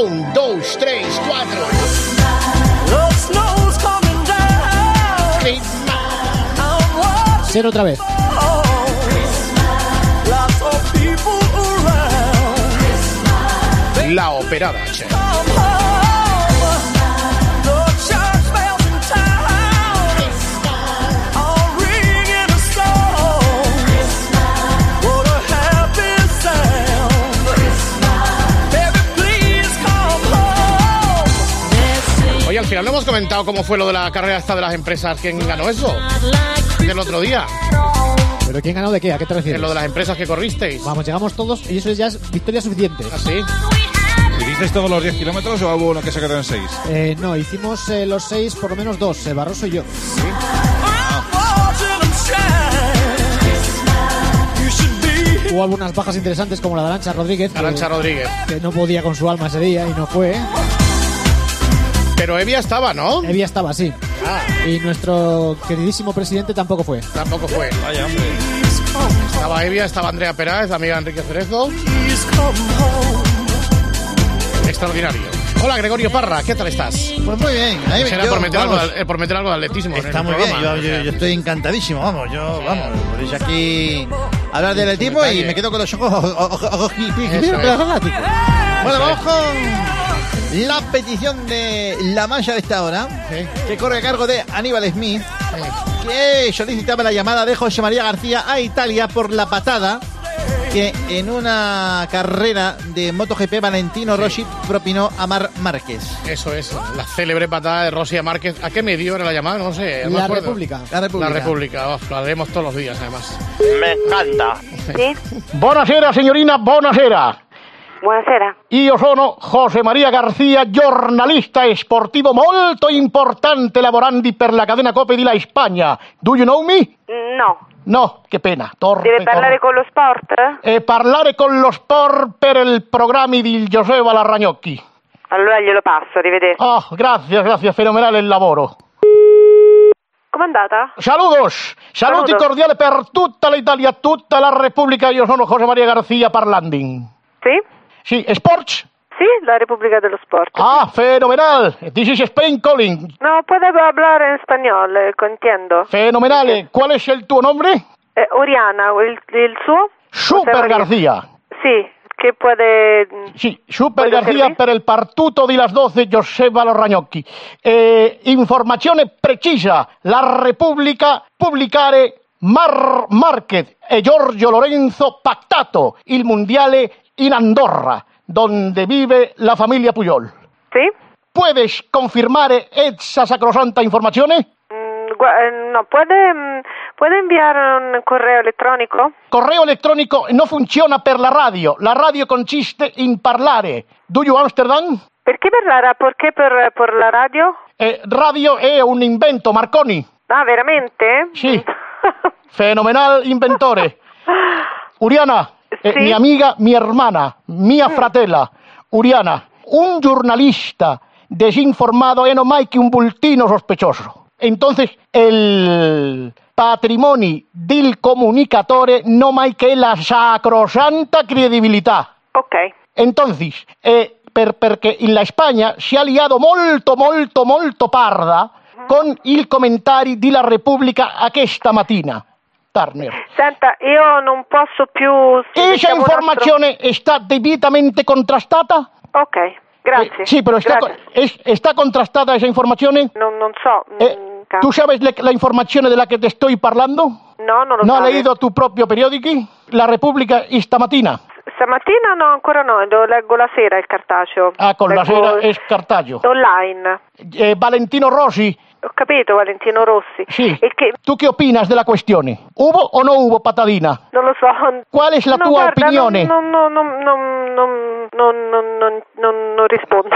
Speaker 11: un, dos, tres, cuatro.
Speaker 6: Ser otra vez.
Speaker 11: La operada. che. Oye, al final no hemos comentado cómo fue lo de la carrera esta de las empresas. ¿Quién ganó eso? Del otro día.
Speaker 6: ¿Pero quién ganó de qué? ¿A qué te refieres?
Speaker 11: En lo de las empresas que corristeis. Ah,
Speaker 6: Vamos, llegamos todos y eso ya es victoria suficiente.
Speaker 11: ¿Así?
Speaker 2: ¿Hicisteis todos los 10 kilómetros o hubo uno que se quedó en 6?
Speaker 6: Eh, no, hicimos eh, los seis, por lo menos dos, eh, Barroso y yo. Hubo algunas bajas interesantes como la de Arancha Rodríguez. que-
Speaker 11: Arancha Rodríguez.
Speaker 6: Que no podía con su alma ese día y no fue.
Speaker 11: Pero Evia estaba, ¿no?
Speaker 6: Evia estaba así.
Speaker 4: Ah.
Speaker 6: Y nuestro queridísimo presidente tampoco fue.
Speaker 11: Tampoco fue.
Speaker 2: Vaya, hombre.
Speaker 11: Estaba Evia, estaba Andrea Peráez, amiga de Enrique Cerezo. Extraordinario. Hola, Gregorio Parra, ¿qué tal estás?
Speaker 12: Pues muy bien. Ahí me-
Speaker 11: Será
Speaker 12: yo,
Speaker 11: por, meter algo,
Speaker 12: vamos,
Speaker 11: de- eh, por meter algo de atletismo. en
Speaker 12: Está
Speaker 11: el
Speaker 12: muy bien. Yo,
Speaker 11: programa.
Speaker 12: yo- yo estoy encantadísimo. Vamos, yo, vamos. Venís aquí a hablar del tipo y
Speaker 11: detalle.
Speaker 12: me quedo con los ojos. ojos- ojos-
Speaker 11: Eso es.
Speaker 12: Bueno, vamos con la petición de la mancha de esta hora, que corre a cargo de Aníbal Smith, que solicitaba la llamada de José María García a Italia por la patada que en una carrera de MotoGP Valentino Rossi propinó a Mar Márquez.
Speaker 11: Eso es, la célebre patada de Rosia Márquez. ¿A qué medio era la llamada? No sé. no me
Speaker 6: La
Speaker 11: acuerdo.
Speaker 6: República.
Speaker 12: La
Speaker 11: La
Speaker 12: República.
Speaker 11: República, oh, la leemos todos los días, además.
Speaker 13: Me encanta.
Speaker 11: Buonasera, señorina, buonasera.
Speaker 10: Buonasera.
Speaker 11: Io sono José María García, giornalista esportivo molto importante lavorandi per la cadena Cope di la Spagna. Do you know me?
Speaker 10: No.
Speaker 11: No, che pena. Torpe,
Speaker 10: Deve parlare
Speaker 11: torpe.
Speaker 10: con lo sport?
Speaker 11: E parlare con lo sport per il programmi di Giuseppe Larragnocchi.
Speaker 10: Allora glielo passo, arrivederci.
Speaker 11: Oh, grazie, grazie, fenomenale il lavoro.
Speaker 10: Com'è andata?
Speaker 11: Saludos, saluti
Speaker 10: Saludos.
Speaker 11: cordiali per tutta l'Italia, tutta la Repubblica. Io sono José María García Parlandin.
Speaker 10: Sì?
Speaker 11: Sì, sports?
Speaker 10: Sì, la Repubblica dello Sport.
Speaker 11: Ah, fenomenal. This is Spain calling.
Speaker 10: No, puede parlare in spagnolo, eh, contiendo.
Speaker 11: Fenomenale. ¿Cuál es el tuo nombre?
Speaker 10: Eh, Oriana, il, il suo?
Speaker 11: Super
Speaker 10: José María.
Speaker 11: García.
Speaker 10: Sì, che può...
Speaker 11: Sí, Super
Speaker 10: ¿Puedo
Speaker 11: García
Speaker 10: servir?
Speaker 11: per el partuto di las 12, Joseba Lorragnocchi. Eh, informazione precisa. La Repubblica pubblicare Mar Marquez e Giorgio Lorenzo pactato il mondiale in Andorra, donde vive la famiglia Puyol.
Speaker 10: Sì?
Speaker 11: ¿Puedes confirmare esa sacrosanta informazione?
Speaker 10: Mm, gua- eh, no, puede, mm, puede inviare un correo elettronico?
Speaker 11: Correo elettronico non funziona per la radio. La radio consiste in parlare. Do you Amsterdam?
Speaker 10: Perché parlare? Perché per, per la radio?
Speaker 11: Eh, radio è un invento, Marconi.
Speaker 10: Ah, veramente?
Speaker 11: Sì. Fenomenal inventore. Uriana, eh,
Speaker 10: Sì.
Speaker 11: mi amiga, mi hermana, mia fratella. Uriana, un giornalista desinformado è non mai che un bultino sospechoso. Entonces, el patrimonio del comunicatore non mai che la sacrosanta credibilità.
Speaker 10: ok.
Speaker 11: Entonces, eh, per- perché in la España se ha liado molto, molto, molto parda con il commentari di la Repubblica a questa mattina. Turner.
Speaker 10: Senta, io non posso più...
Speaker 11: Esa
Speaker 10: diciamo, un altro-
Speaker 11: informazione è stata debitamente contrastata?
Speaker 10: Ok, grazie.
Speaker 11: Eh, sì, però sta,
Speaker 10: Grazie.
Speaker 11: co- es- sta contrastata esa informazione?
Speaker 10: Non, non so. mm,
Speaker 11: Eh,
Speaker 10: ca-
Speaker 11: ¿Tú sabes le- la informazione della che te estoy parlando?
Speaker 10: No, non lo
Speaker 11: ¿No
Speaker 10: so.
Speaker 11: ha leído tu propio periódico? La Repubblica esta mattina.
Speaker 10: Stamattina no, ancora no, lo leggo la sera il cartaceo.
Speaker 11: Ah, con la
Speaker 10: Leggo
Speaker 11: sera es Cartaggio.
Speaker 10: Online.
Speaker 11: Eh, Valentino Rossi
Speaker 10: Ho capito, Valentino Rossi.
Speaker 11: Sì.
Speaker 10: E che
Speaker 11: ¿Tú qué opinas de la cuestión? ¿Hubo o no hubo patadina?
Speaker 10: non lo so.
Speaker 11: Qual è la
Speaker 10: No,
Speaker 11: tua
Speaker 10: guarda,
Speaker 11: opinione?
Speaker 10: Non, non, non, non, non, non, non, non, non, non rispondo.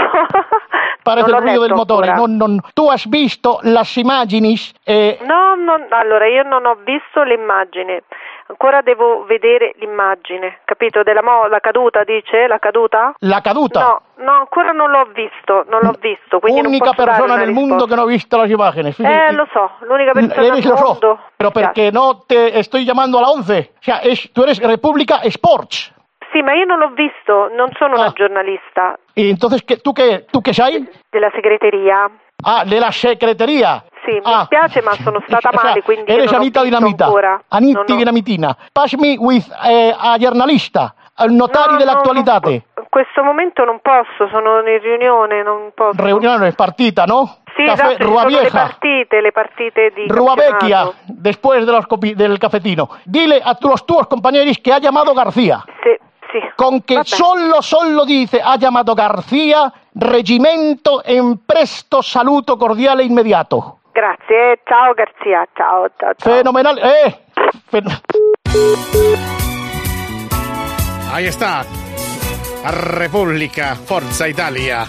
Speaker 11: Parece
Speaker 10: Non
Speaker 11: el
Speaker 10: l'ho
Speaker 11: ruido del
Speaker 10: letto
Speaker 11: motore.
Speaker 10: ancora.
Speaker 11: No, no. ¿Tú has visto las imágenes? eh,
Speaker 10: No, non- allora io non ho visto l'immagine, ancora devo vedere l'immagine, capito? Della mo- la caduta dice? La caduta?
Speaker 11: la caduta?
Speaker 10: No, no, ancora non l'ho visto, non l'ho visto, quindi non
Speaker 11: Única
Speaker 10: posso dare
Speaker 11: persona
Speaker 10: una
Speaker 11: en el mundo que no ha visto las imágenes. Sí, sí,
Speaker 10: risposta. Eh,
Speaker 11: sí.
Speaker 10: lo so, l'unica persona
Speaker 11: Eres
Speaker 10: al
Speaker 11: los ojos,
Speaker 10: mondo.
Speaker 11: pero porque no te estoy llamando a la 11. O sea, es, tú eres República Sports.
Speaker 10: Sì, ma io non l'ho visto, non sono
Speaker 11: Ah.
Speaker 10: una giornalista
Speaker 11: Y entonces, ¿qué, ¿tú qué, tú qué sabes?
Speaker 10: della segreteria.
Speaker 11: Ah, de la Secretaría.
Speaker 10: Sì, mi spiace, ma sono stata
Speaker 11: O sea,
Speaker 10: male, quindi io
Speaker 11: Ah. Cioè, eres
Speaker 10: non ho
Speaker 11: Anita
Speaker 10: visto
Speaker 11: Dinamita.
Speaker 10: ancora.
Speaker 11: Anita
Speaker 10: Non ho-
Speaker 11: Dinamitina. Pass me with eh, a giornalista, al notario de la actualidad.
Speaker 10: In questo momento non posso, sono in riunione, non posso.
Speaker 11: Reuniones, partita, ¿no?
Speaker 10: Sì,
Speaker 11: Café
Speaker 10: esatto, ci
Speaker 11: Rua
Speaker 10: sono le
Speaker 11: Vieja.
Speaker 10: partite, le partite di
Speaker 11: Ruabecchia,
Speaker 10: campionato.
Speaker 11: después de los copi- del cafetino. Dile a tus tus compañeros que ha llamado García.
Speaker 10: Sí, sí.
Speaker 11: Con que solo, solo dice, ha llamado García, regimento en presto saluto cordial e inmediato.
Speaker 10: Grazie, eh, ciao Garzia, ciao, ciao, ciao.
Speaker 11: Fenomenal, eh. Fen-
Speaker 4: Ahí está. La República, Forza Italia.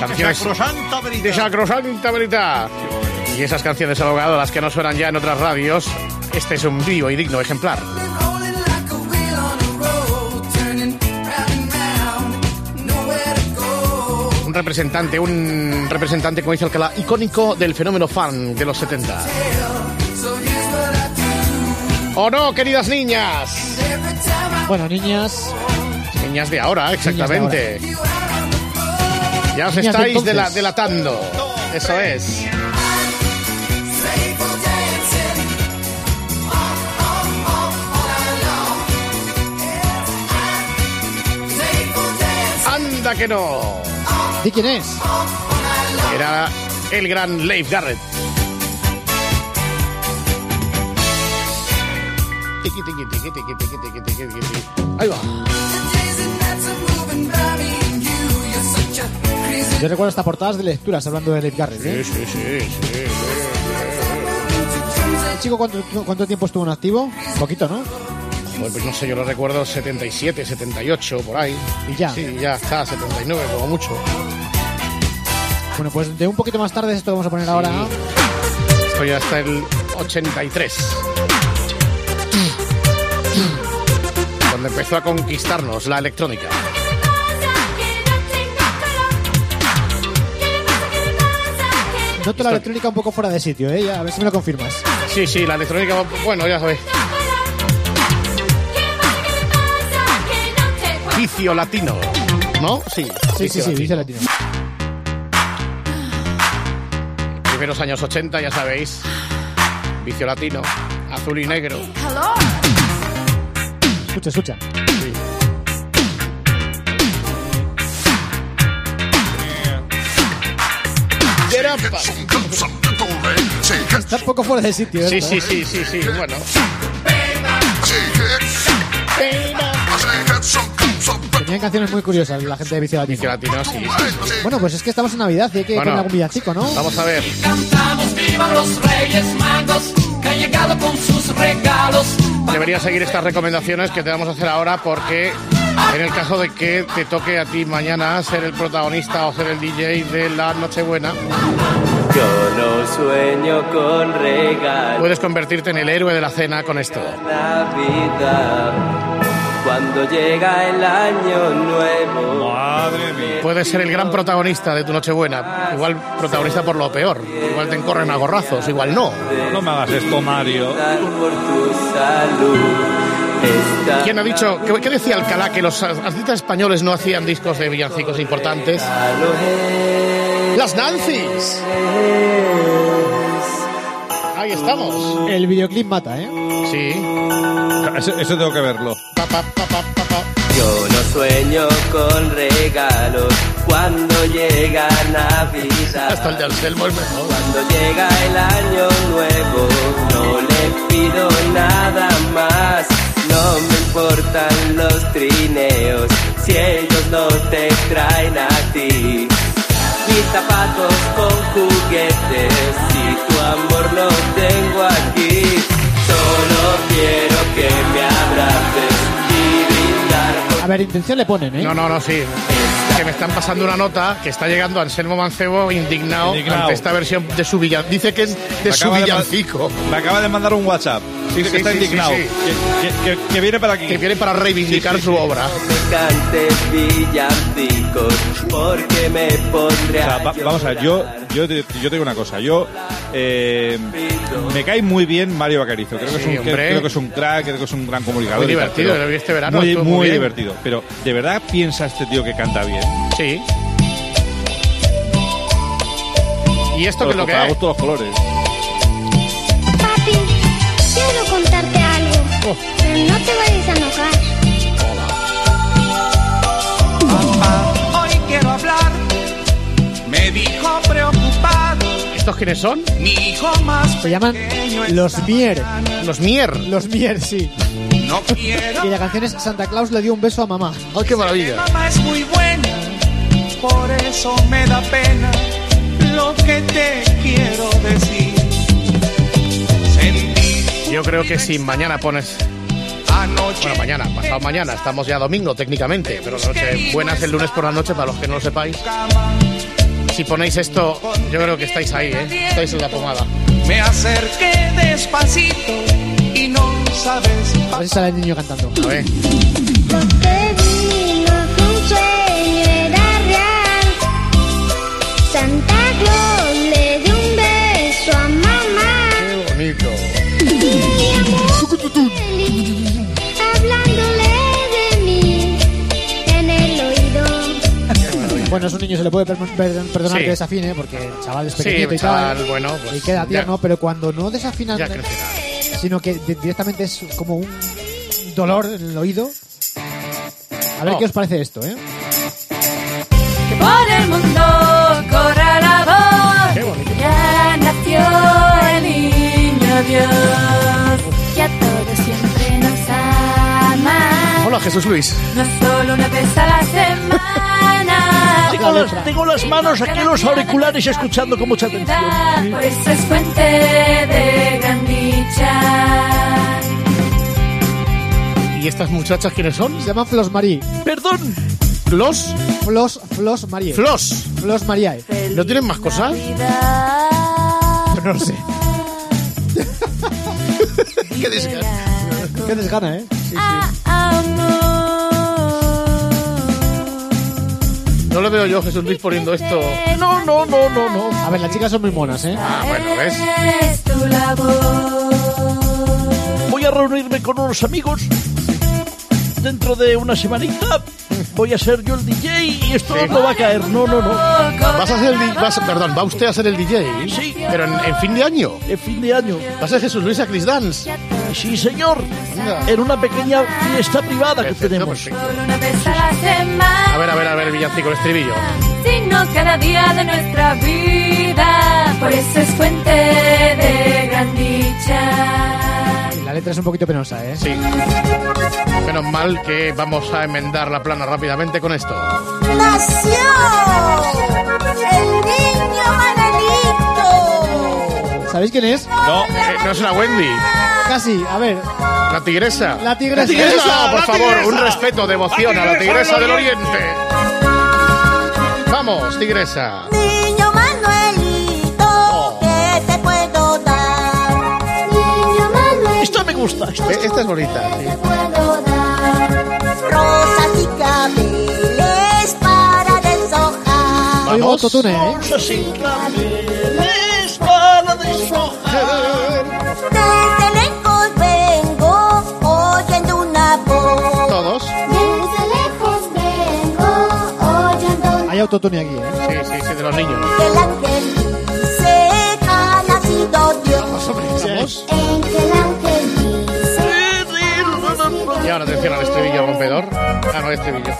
Speaker 4: Canciones
Speaker 12: sacrosanta verità.
Speaker 4: de sacrosanta verità. Y esas canciones abogadoras que no suenan ya en otras radios, este es un vivo y digno ejemplar. Un representante, un representante, como dice Alcalá, icónico del fenómeno fan de los 70. ¿O no, queridas niñas?
Speaker 6: Bueno, niñas.
Speaker 4: Niñas de ahora, exactamente. Ya
Speaker 6: Niñas
Speaker 4: os
Speaker 6: de
Speaker 4: estáis de la-
Speaker 6: entonces.
Speaker 4: delatando. Eso es. Anda que no.
Speaker 6: ¿Y quién es?
Speaker 4: Era el gran Leif Garrett. Tiqui, tiqui, tiqui, tiqui, tiqui, tiqui, tiqui, tiqui. Ahí va.
Speaker 6: Yo recuerdo estas portadas de lecturas hablando de Leif Garrett. ¿eh?
Speaker 4: Sí, sí, sí.
Speaker 6: ¿El chico cuánto, cuánto tiempo estuvo en activo? Poquito, ¿no?
Speaker 4: Joder, pues no sé, yo lo recuerdo 77, 78, por ahí.
Speaker 6: Y ya.
Speaker 4: Sí, ya está, 79 como mucho.
Speaker 6: Bueno, pues de un poquito más tarde esto que vamos a poner ahora.
Speaker 4: Estoy hasta el 83. Cuando empezó a conquistarnos la electrónica.
Speaker 6: Noto la electrónica un poco fuera de sitio, ¿eh? Ya, a ver si me lo confirmas.
Speaker 4: Sí, sí, la electrónica, bueno, ya sabéis. Vicio latino, ¿no? Sí,
Speaker 6: Sí, sí, sí, dice latino.
Speaker 4: Primeros años 80, ya sabéis. Vicio latino, azul y negro.
Speaker 6: Escucha, escucha. Está un poco fuera de sitio, ¿eh?
Speaker 4: Sí, sí, sí, sí, sí, bueno.
Speaker 6: Tenían canciones muy curiosas la gente de Vicio Latino.
Speaker 4: Latino, sí.
Speaker 6: Bueno, pues es que estamos en Navidad y hay que
Speaker 4: Bueno,
Speaker 6: poner algún villancico, ¿no?
Speaker 4: Vamos a ver.
Speaker 9: Cantamos viva los reyes magos que han llegado con sus regalos.
Speaker 4: Debería seguir estas recomendaciones que te vamos a hacer ahora porque en el caso de que te toque a ti mañana ser el protagonista o ser el DJ de la Nochebuena,
Speaker 14: Yo no sueño con regalos.
Speaker 4: puedes convertirte en el héroe de la cena con esto.
Speaker 14: Navidad, cuando llega el año nuevo.
Speaker 5: Madre mía.
Speaker 4: Puedes ser el gran protagonista de tu Nochebuena. Igual protagonista por lo peor. Igual te encorren a gorrazos, igual no.
Speaker 5: No me hagas esto, Mario.
Speaker 14: Por tu salud. Esta
Speaker 4: ¿Quién ha dicho? ¿Qué, qué decía Alcalá? Que los artistas españoles no hacían discos de villancicos importantes. ¡Las Nancy's! Ahí estamos.
Speaker 6: El videoclip mata, ¿eh?
Speaker 4: Sí.
Speaker 5: Eso, eso tengo que verlo.
Speaker 14: Yo no sueño con regalos cuando llega Navidad.
Speaker 4: Hasta el de Anselmo es mejor.
Speaker 14: Cuando llega el año nuevo, no le pido nada más. No me importan los trineos si ellos no te traen a ti. Mi zapatos con juguetes y tu amor lo tengo aquí. Solo quiero que me abraces y brindar
Speaker 6: A ver, intención le ponen, ¿eh?
Speaker 4: No, no, no, sí. Que me están pasando una nota que está llegando Anselmo Mancebo indignado,
Speaker 2: Indignado.
Speaker 4: ante esta versión de su villancico. Dice que es de
Speaker 2: Me
Speaker 4: su
Speaker 2: acaba de ma-
Speaker 4: villancico.
Speaker 2: me acaba de mandar un WhatsApp. Dice
Speaker 4: Sí,
Speaker 2: que está
Speaker 4: sí, sí,
Speaker 2: indignado.
Speaker 4: sí,
Speaker 2: Que, que- que viene para aquí.
Speaker 4: Que viene para reivindicar su obra.
Speaker 14: me cantes villancicos porque me pondré
Speaker 2: O sea,
Speaker 14: a
Speaker 2: va- vamos a ver, yo, yo, te- yo te digo una cosa. Yo eh, me cae muy bien Mario Bacarizo. Creo que, es
Speaker 4: Sí,
Speaker 2: un, que-
Speaker 4: hombre.
Speaker 2: creo que es un crack, creo que es un gran comunicador.
Speaker 4: Muy
Speaker 2: y tal,
Speaker 4: divertido,
Speaker 2: pero
Speaker 4: lo vi este verano,
Speaker 2: Muy,
Speaker 4: estuvo
Speaker 2: muy,
Speaker 4: muy bien.
Speaker 2: divertido. Pero, ¿de verdad piensa este tío que canta bien?
Speaker 4: Sí. ¿Y esto qué es lo que
Speaker 2: A
Speaker 4: es?
Speaker 2: gusto los colores.
Speaker 15: Papi, quiero contarte algo, pero no te vayas a enojar.
Speaker 16: Hoy quiero hablar, me dijo preocupado.
Speaker 4: ¿Estos quiénes son?
Speaker 16: Mi hijo más
Speaker 17: Pues
Speaker 6: Se llaman Los Mier.
Speaker 4: Los Mier.
Speaker 6: Los Mier, sí.
Speaker 16: No quiero.
Speaker 6: Y la canción es Santa Claus le dio un beso a mamá.
Speaker 4: ¡Ay, qué maravilla!
Speaker 16: Mamá es muy buena, por eso me da pena lo que te quiero decir.
Speaker 4: Yo creo que si mañana pones. Bueno, mañana, pasado mañana, estamos ya domingo técnicamente, pero la noche buenas el lunes por la noche para los que no lo sepáis. Si ponéis esto, yo creo que estáis ahí, ¿eh? Estáis en la pomada.
Speaker 16: Me acerqué despacito y no sabes
Speaker 6: A ver si sale el niño cantando.
Speaker 4: A ver.
Speaker 15: Porque vino que un sueño era real. Santa Claus le dio un beso a mamá.
Speaker 4: ¡Qué bonito!
Speaker 15: Mi amor feliz, hablándole de mí en el oído.
Speaker 6: Bueno, es un niño, se le puede per- per- perdonar
Speaker 4: Sí.
Speaker 6: que desafine, porque el chaval es
Speaker 4: Sí,
Speaker 6: pequeñito y
Speaker 4: chaval,
Speaker 6: tal,
Speaker 4: bueno, pues,
Speaker 6: y queda
Speaker 4: ya-
Speaker 6: tierno, pero cuando no desafina,
Speaker 4: Ya crecerá.
Speaker 6: sino que di- directamente es como un dolor en el oído. A ver qué os parece esto, ¿eh?
Speaker 9: que por el mundo corra la voz. Ya nació el niño Dios, que a todos siempre nos ama.
Speaker 4: Hola, Jesús Luis.
Speaker 9: No solo una vez a la semana.
Speaker 8: Tengo las, tengo las manos aquí en los auriculares escuchando con mucha atención.
Speaker 9: Por eso es fuente de gran dicha.
Speaker 4: ¿Y estas muchachas quiénes son?
Speaker 6: Se llaman Flos Marie.
Speaker 8: Perdón.
Speaker 4: ¿Los?
Speaker 6: Flos, Flos Marie.
Speaker 4: Flos.
Speaker 6: Flos Marie.
Speaker 4: ¿No tienen más cosas?
Speaker 6: No lo sé.
Speaker 4: qué desgana.
Speaker 6: Qué desgana, ¿eh?
Speaker 4: No lo veo yo, Jesús Luis, poniendo esto.
Speaker 6: No, no, no, no, no. A ver, las chicas son muy monas, ¿eh?
Speaker 4: Ah, bueno, ¿ves?
Speaker 9: Es tu labor.
Speaker 8: Voy a reunirme con unos amigos. Dentro de una semanita voy a ser yo el DJ y esto
Speaker 4: Sí.
Speaker 8: no va a caer. No, no, no.
Speaker 4: ¿Vas a ser el di- vas- perdón, ¿va usted a ser el DJ?
Speaker 8: Sí.
Speaker 4: ¿Pero en, en fin de año?
Speaker 8: En fin de año.
Speaker 4: ¿Va a ser Jesús Luis a Chris Dance?
Speaker 8: Sí, señor. En una pequeña fiesta privada que tenemos.
Speaker 9: Una vez a la semana.
Speaker 4: A ver, a ver, a ver, villancico, el estribillo.
Speaker 9: signos cada día de nuestra vida. Por eso es fuente de gran dicha.
Speaker 6: La letra es un poquito penosa, ¿eh?
Speaker 4: Sí. Menos mal que vamos a enmendar la plana rápidamente con esto.
Speaker 7: Nació el niño Manolito.
Speaker 6: ¿Sabéis quién es?
Speaker 4: No, eh, no es la Wendy,
Speaker 6: Casi, a ver.
Speaker 4: la tigresa.
Speaker 6: La tigresa.
Speaker 4: No, por
Speaker 6: La
Speaker 4: favor,
Speaker 6: tigresa.
Speaker 4: un respeto, devoción a la tigresa del oriente. Vamos, tigresa.
Speaker 7: Niño Manuelito, ¿qué te puedo dar? Niño Manuelito,
Speaker 8: Esto me gusta.
Speaker 4: Eh, Esta es bonita.
Speaker 7: ¿qué te puedo dar? Rosas y claveles para deshojar.
Speaker 6: Oigo autotune, ¿eh?
Speaker 8: claveles para deshojar.
Speaker 7: Desde lejos vengo oyendo una voz.
Speaker 4: Todos.
Speaker 7: Desde lejos vengo oyendo una
Speaker 6: Hay autotune aquí, ¿eh?
Speaker 4: Sí, sí, sí, de los niños.
Speaker 7: El ángel dice que ha nacido Dios.
Speaker 4: Vamos.
Speaker 7: En que el ángel dice
Speaker 4: Y ahora atención al estribillo rompedor. Ah, no, estribillo.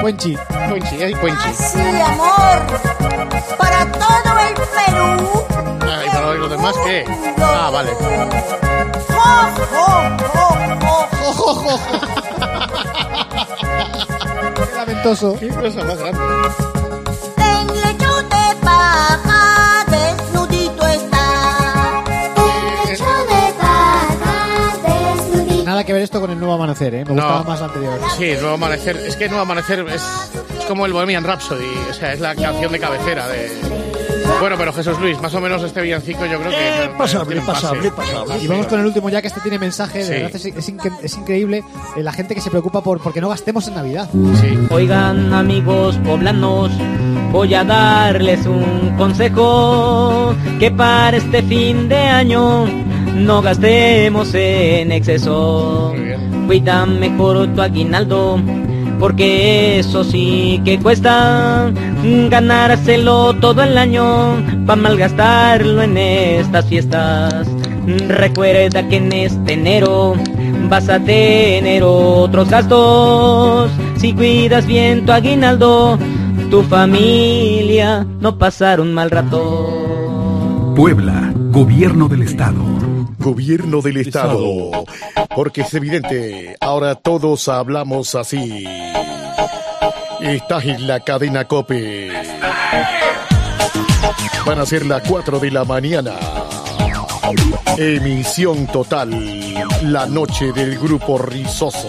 Speaker 6: Puenchi.
Speaker 4: Puenchi,
Speaker 18: eh,
Speaker 4: ay, Puenchi.
Speaker 7: sí, amor, para todo el Perú.
Speaker 4: Ah, y para los demás, ¿qué? Ah, vale.
Speaker 7: ¡Jo, jo, jo, jo!
Speaker 6: Lamentoso.
Speaker 4: Qué cosa más grande.
Speaker 7: En
Speaker 19: papá desnudito está. Hecho de papá desnudito.
Speaker 6: Nada que ver esto con el nuevo amanecer, ¿eh? Me gustaba más la anterior.
Speaker 18: Sí, Nuevo Amanecer. Es que Nuevo Amanecer es, es como el Bohemian Rhapsody. O sea, es la canción de cabecera de... Bueno, pero Jesús Luis, más o menos este villancico yo creo que...
Speaker 20: pasable,
Speaker 18: tiene un pase.
Speaker 20: pasable, pasable.
Speaker 6: Y vamos con el último ya que este tiene mensaje, de
Speaker 18: Sí.
Speaker 6: verdad es, es incre- es increíble eh, la gente que se preocupa por porque no gastemos en Navidad.
Speaker 17: Oigan amigos poblanos, voy a darles un consejo que para este fin de año no gastemos en exceso. Cuida mejor tu aguinaldo, porque eso sí que cuesta Mm, ganárselo todo el año para malgastarlo en estas fiestas. Mm, Recuerda que en este enero vas a tener otros gastos. Si cuidas bien tu aguinaldo, tu familia no pasará un mal rato.
Speaker 2: Puebla, Gobierno del Estado.
Speaker 4: Gobierno del Estado. Porque es evidente, ahora todos hablamos así. Estás en la cadena Cope. Van a ser las 4 de la mañana. Emisión total. La noche del grupo Rizoso.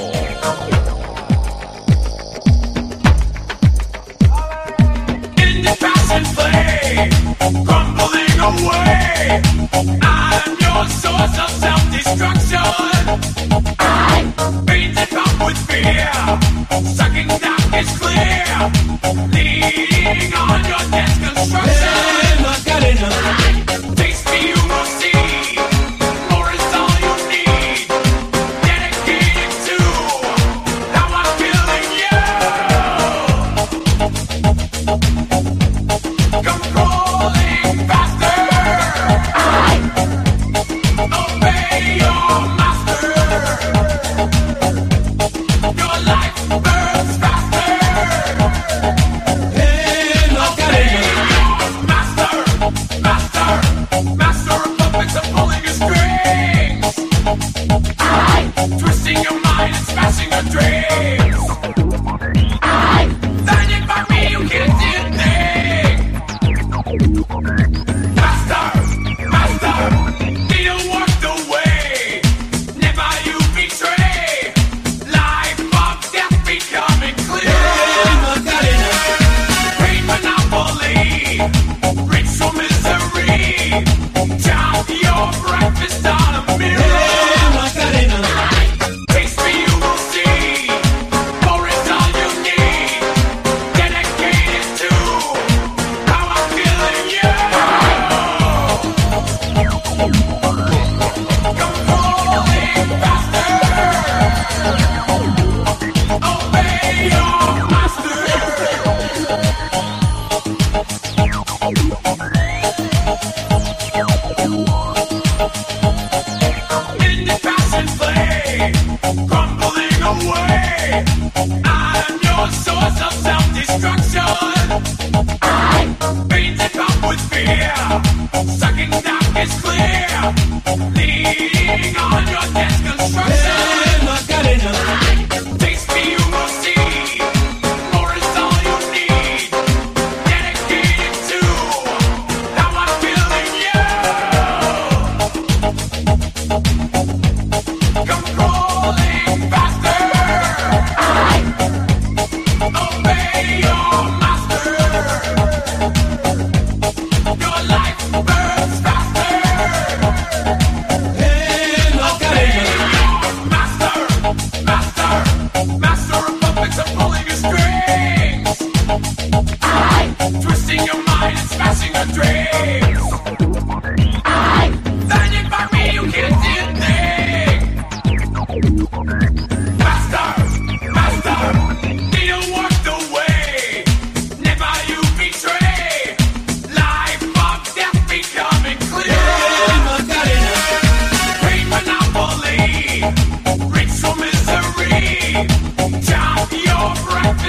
Speaker 7: Chop your breakfast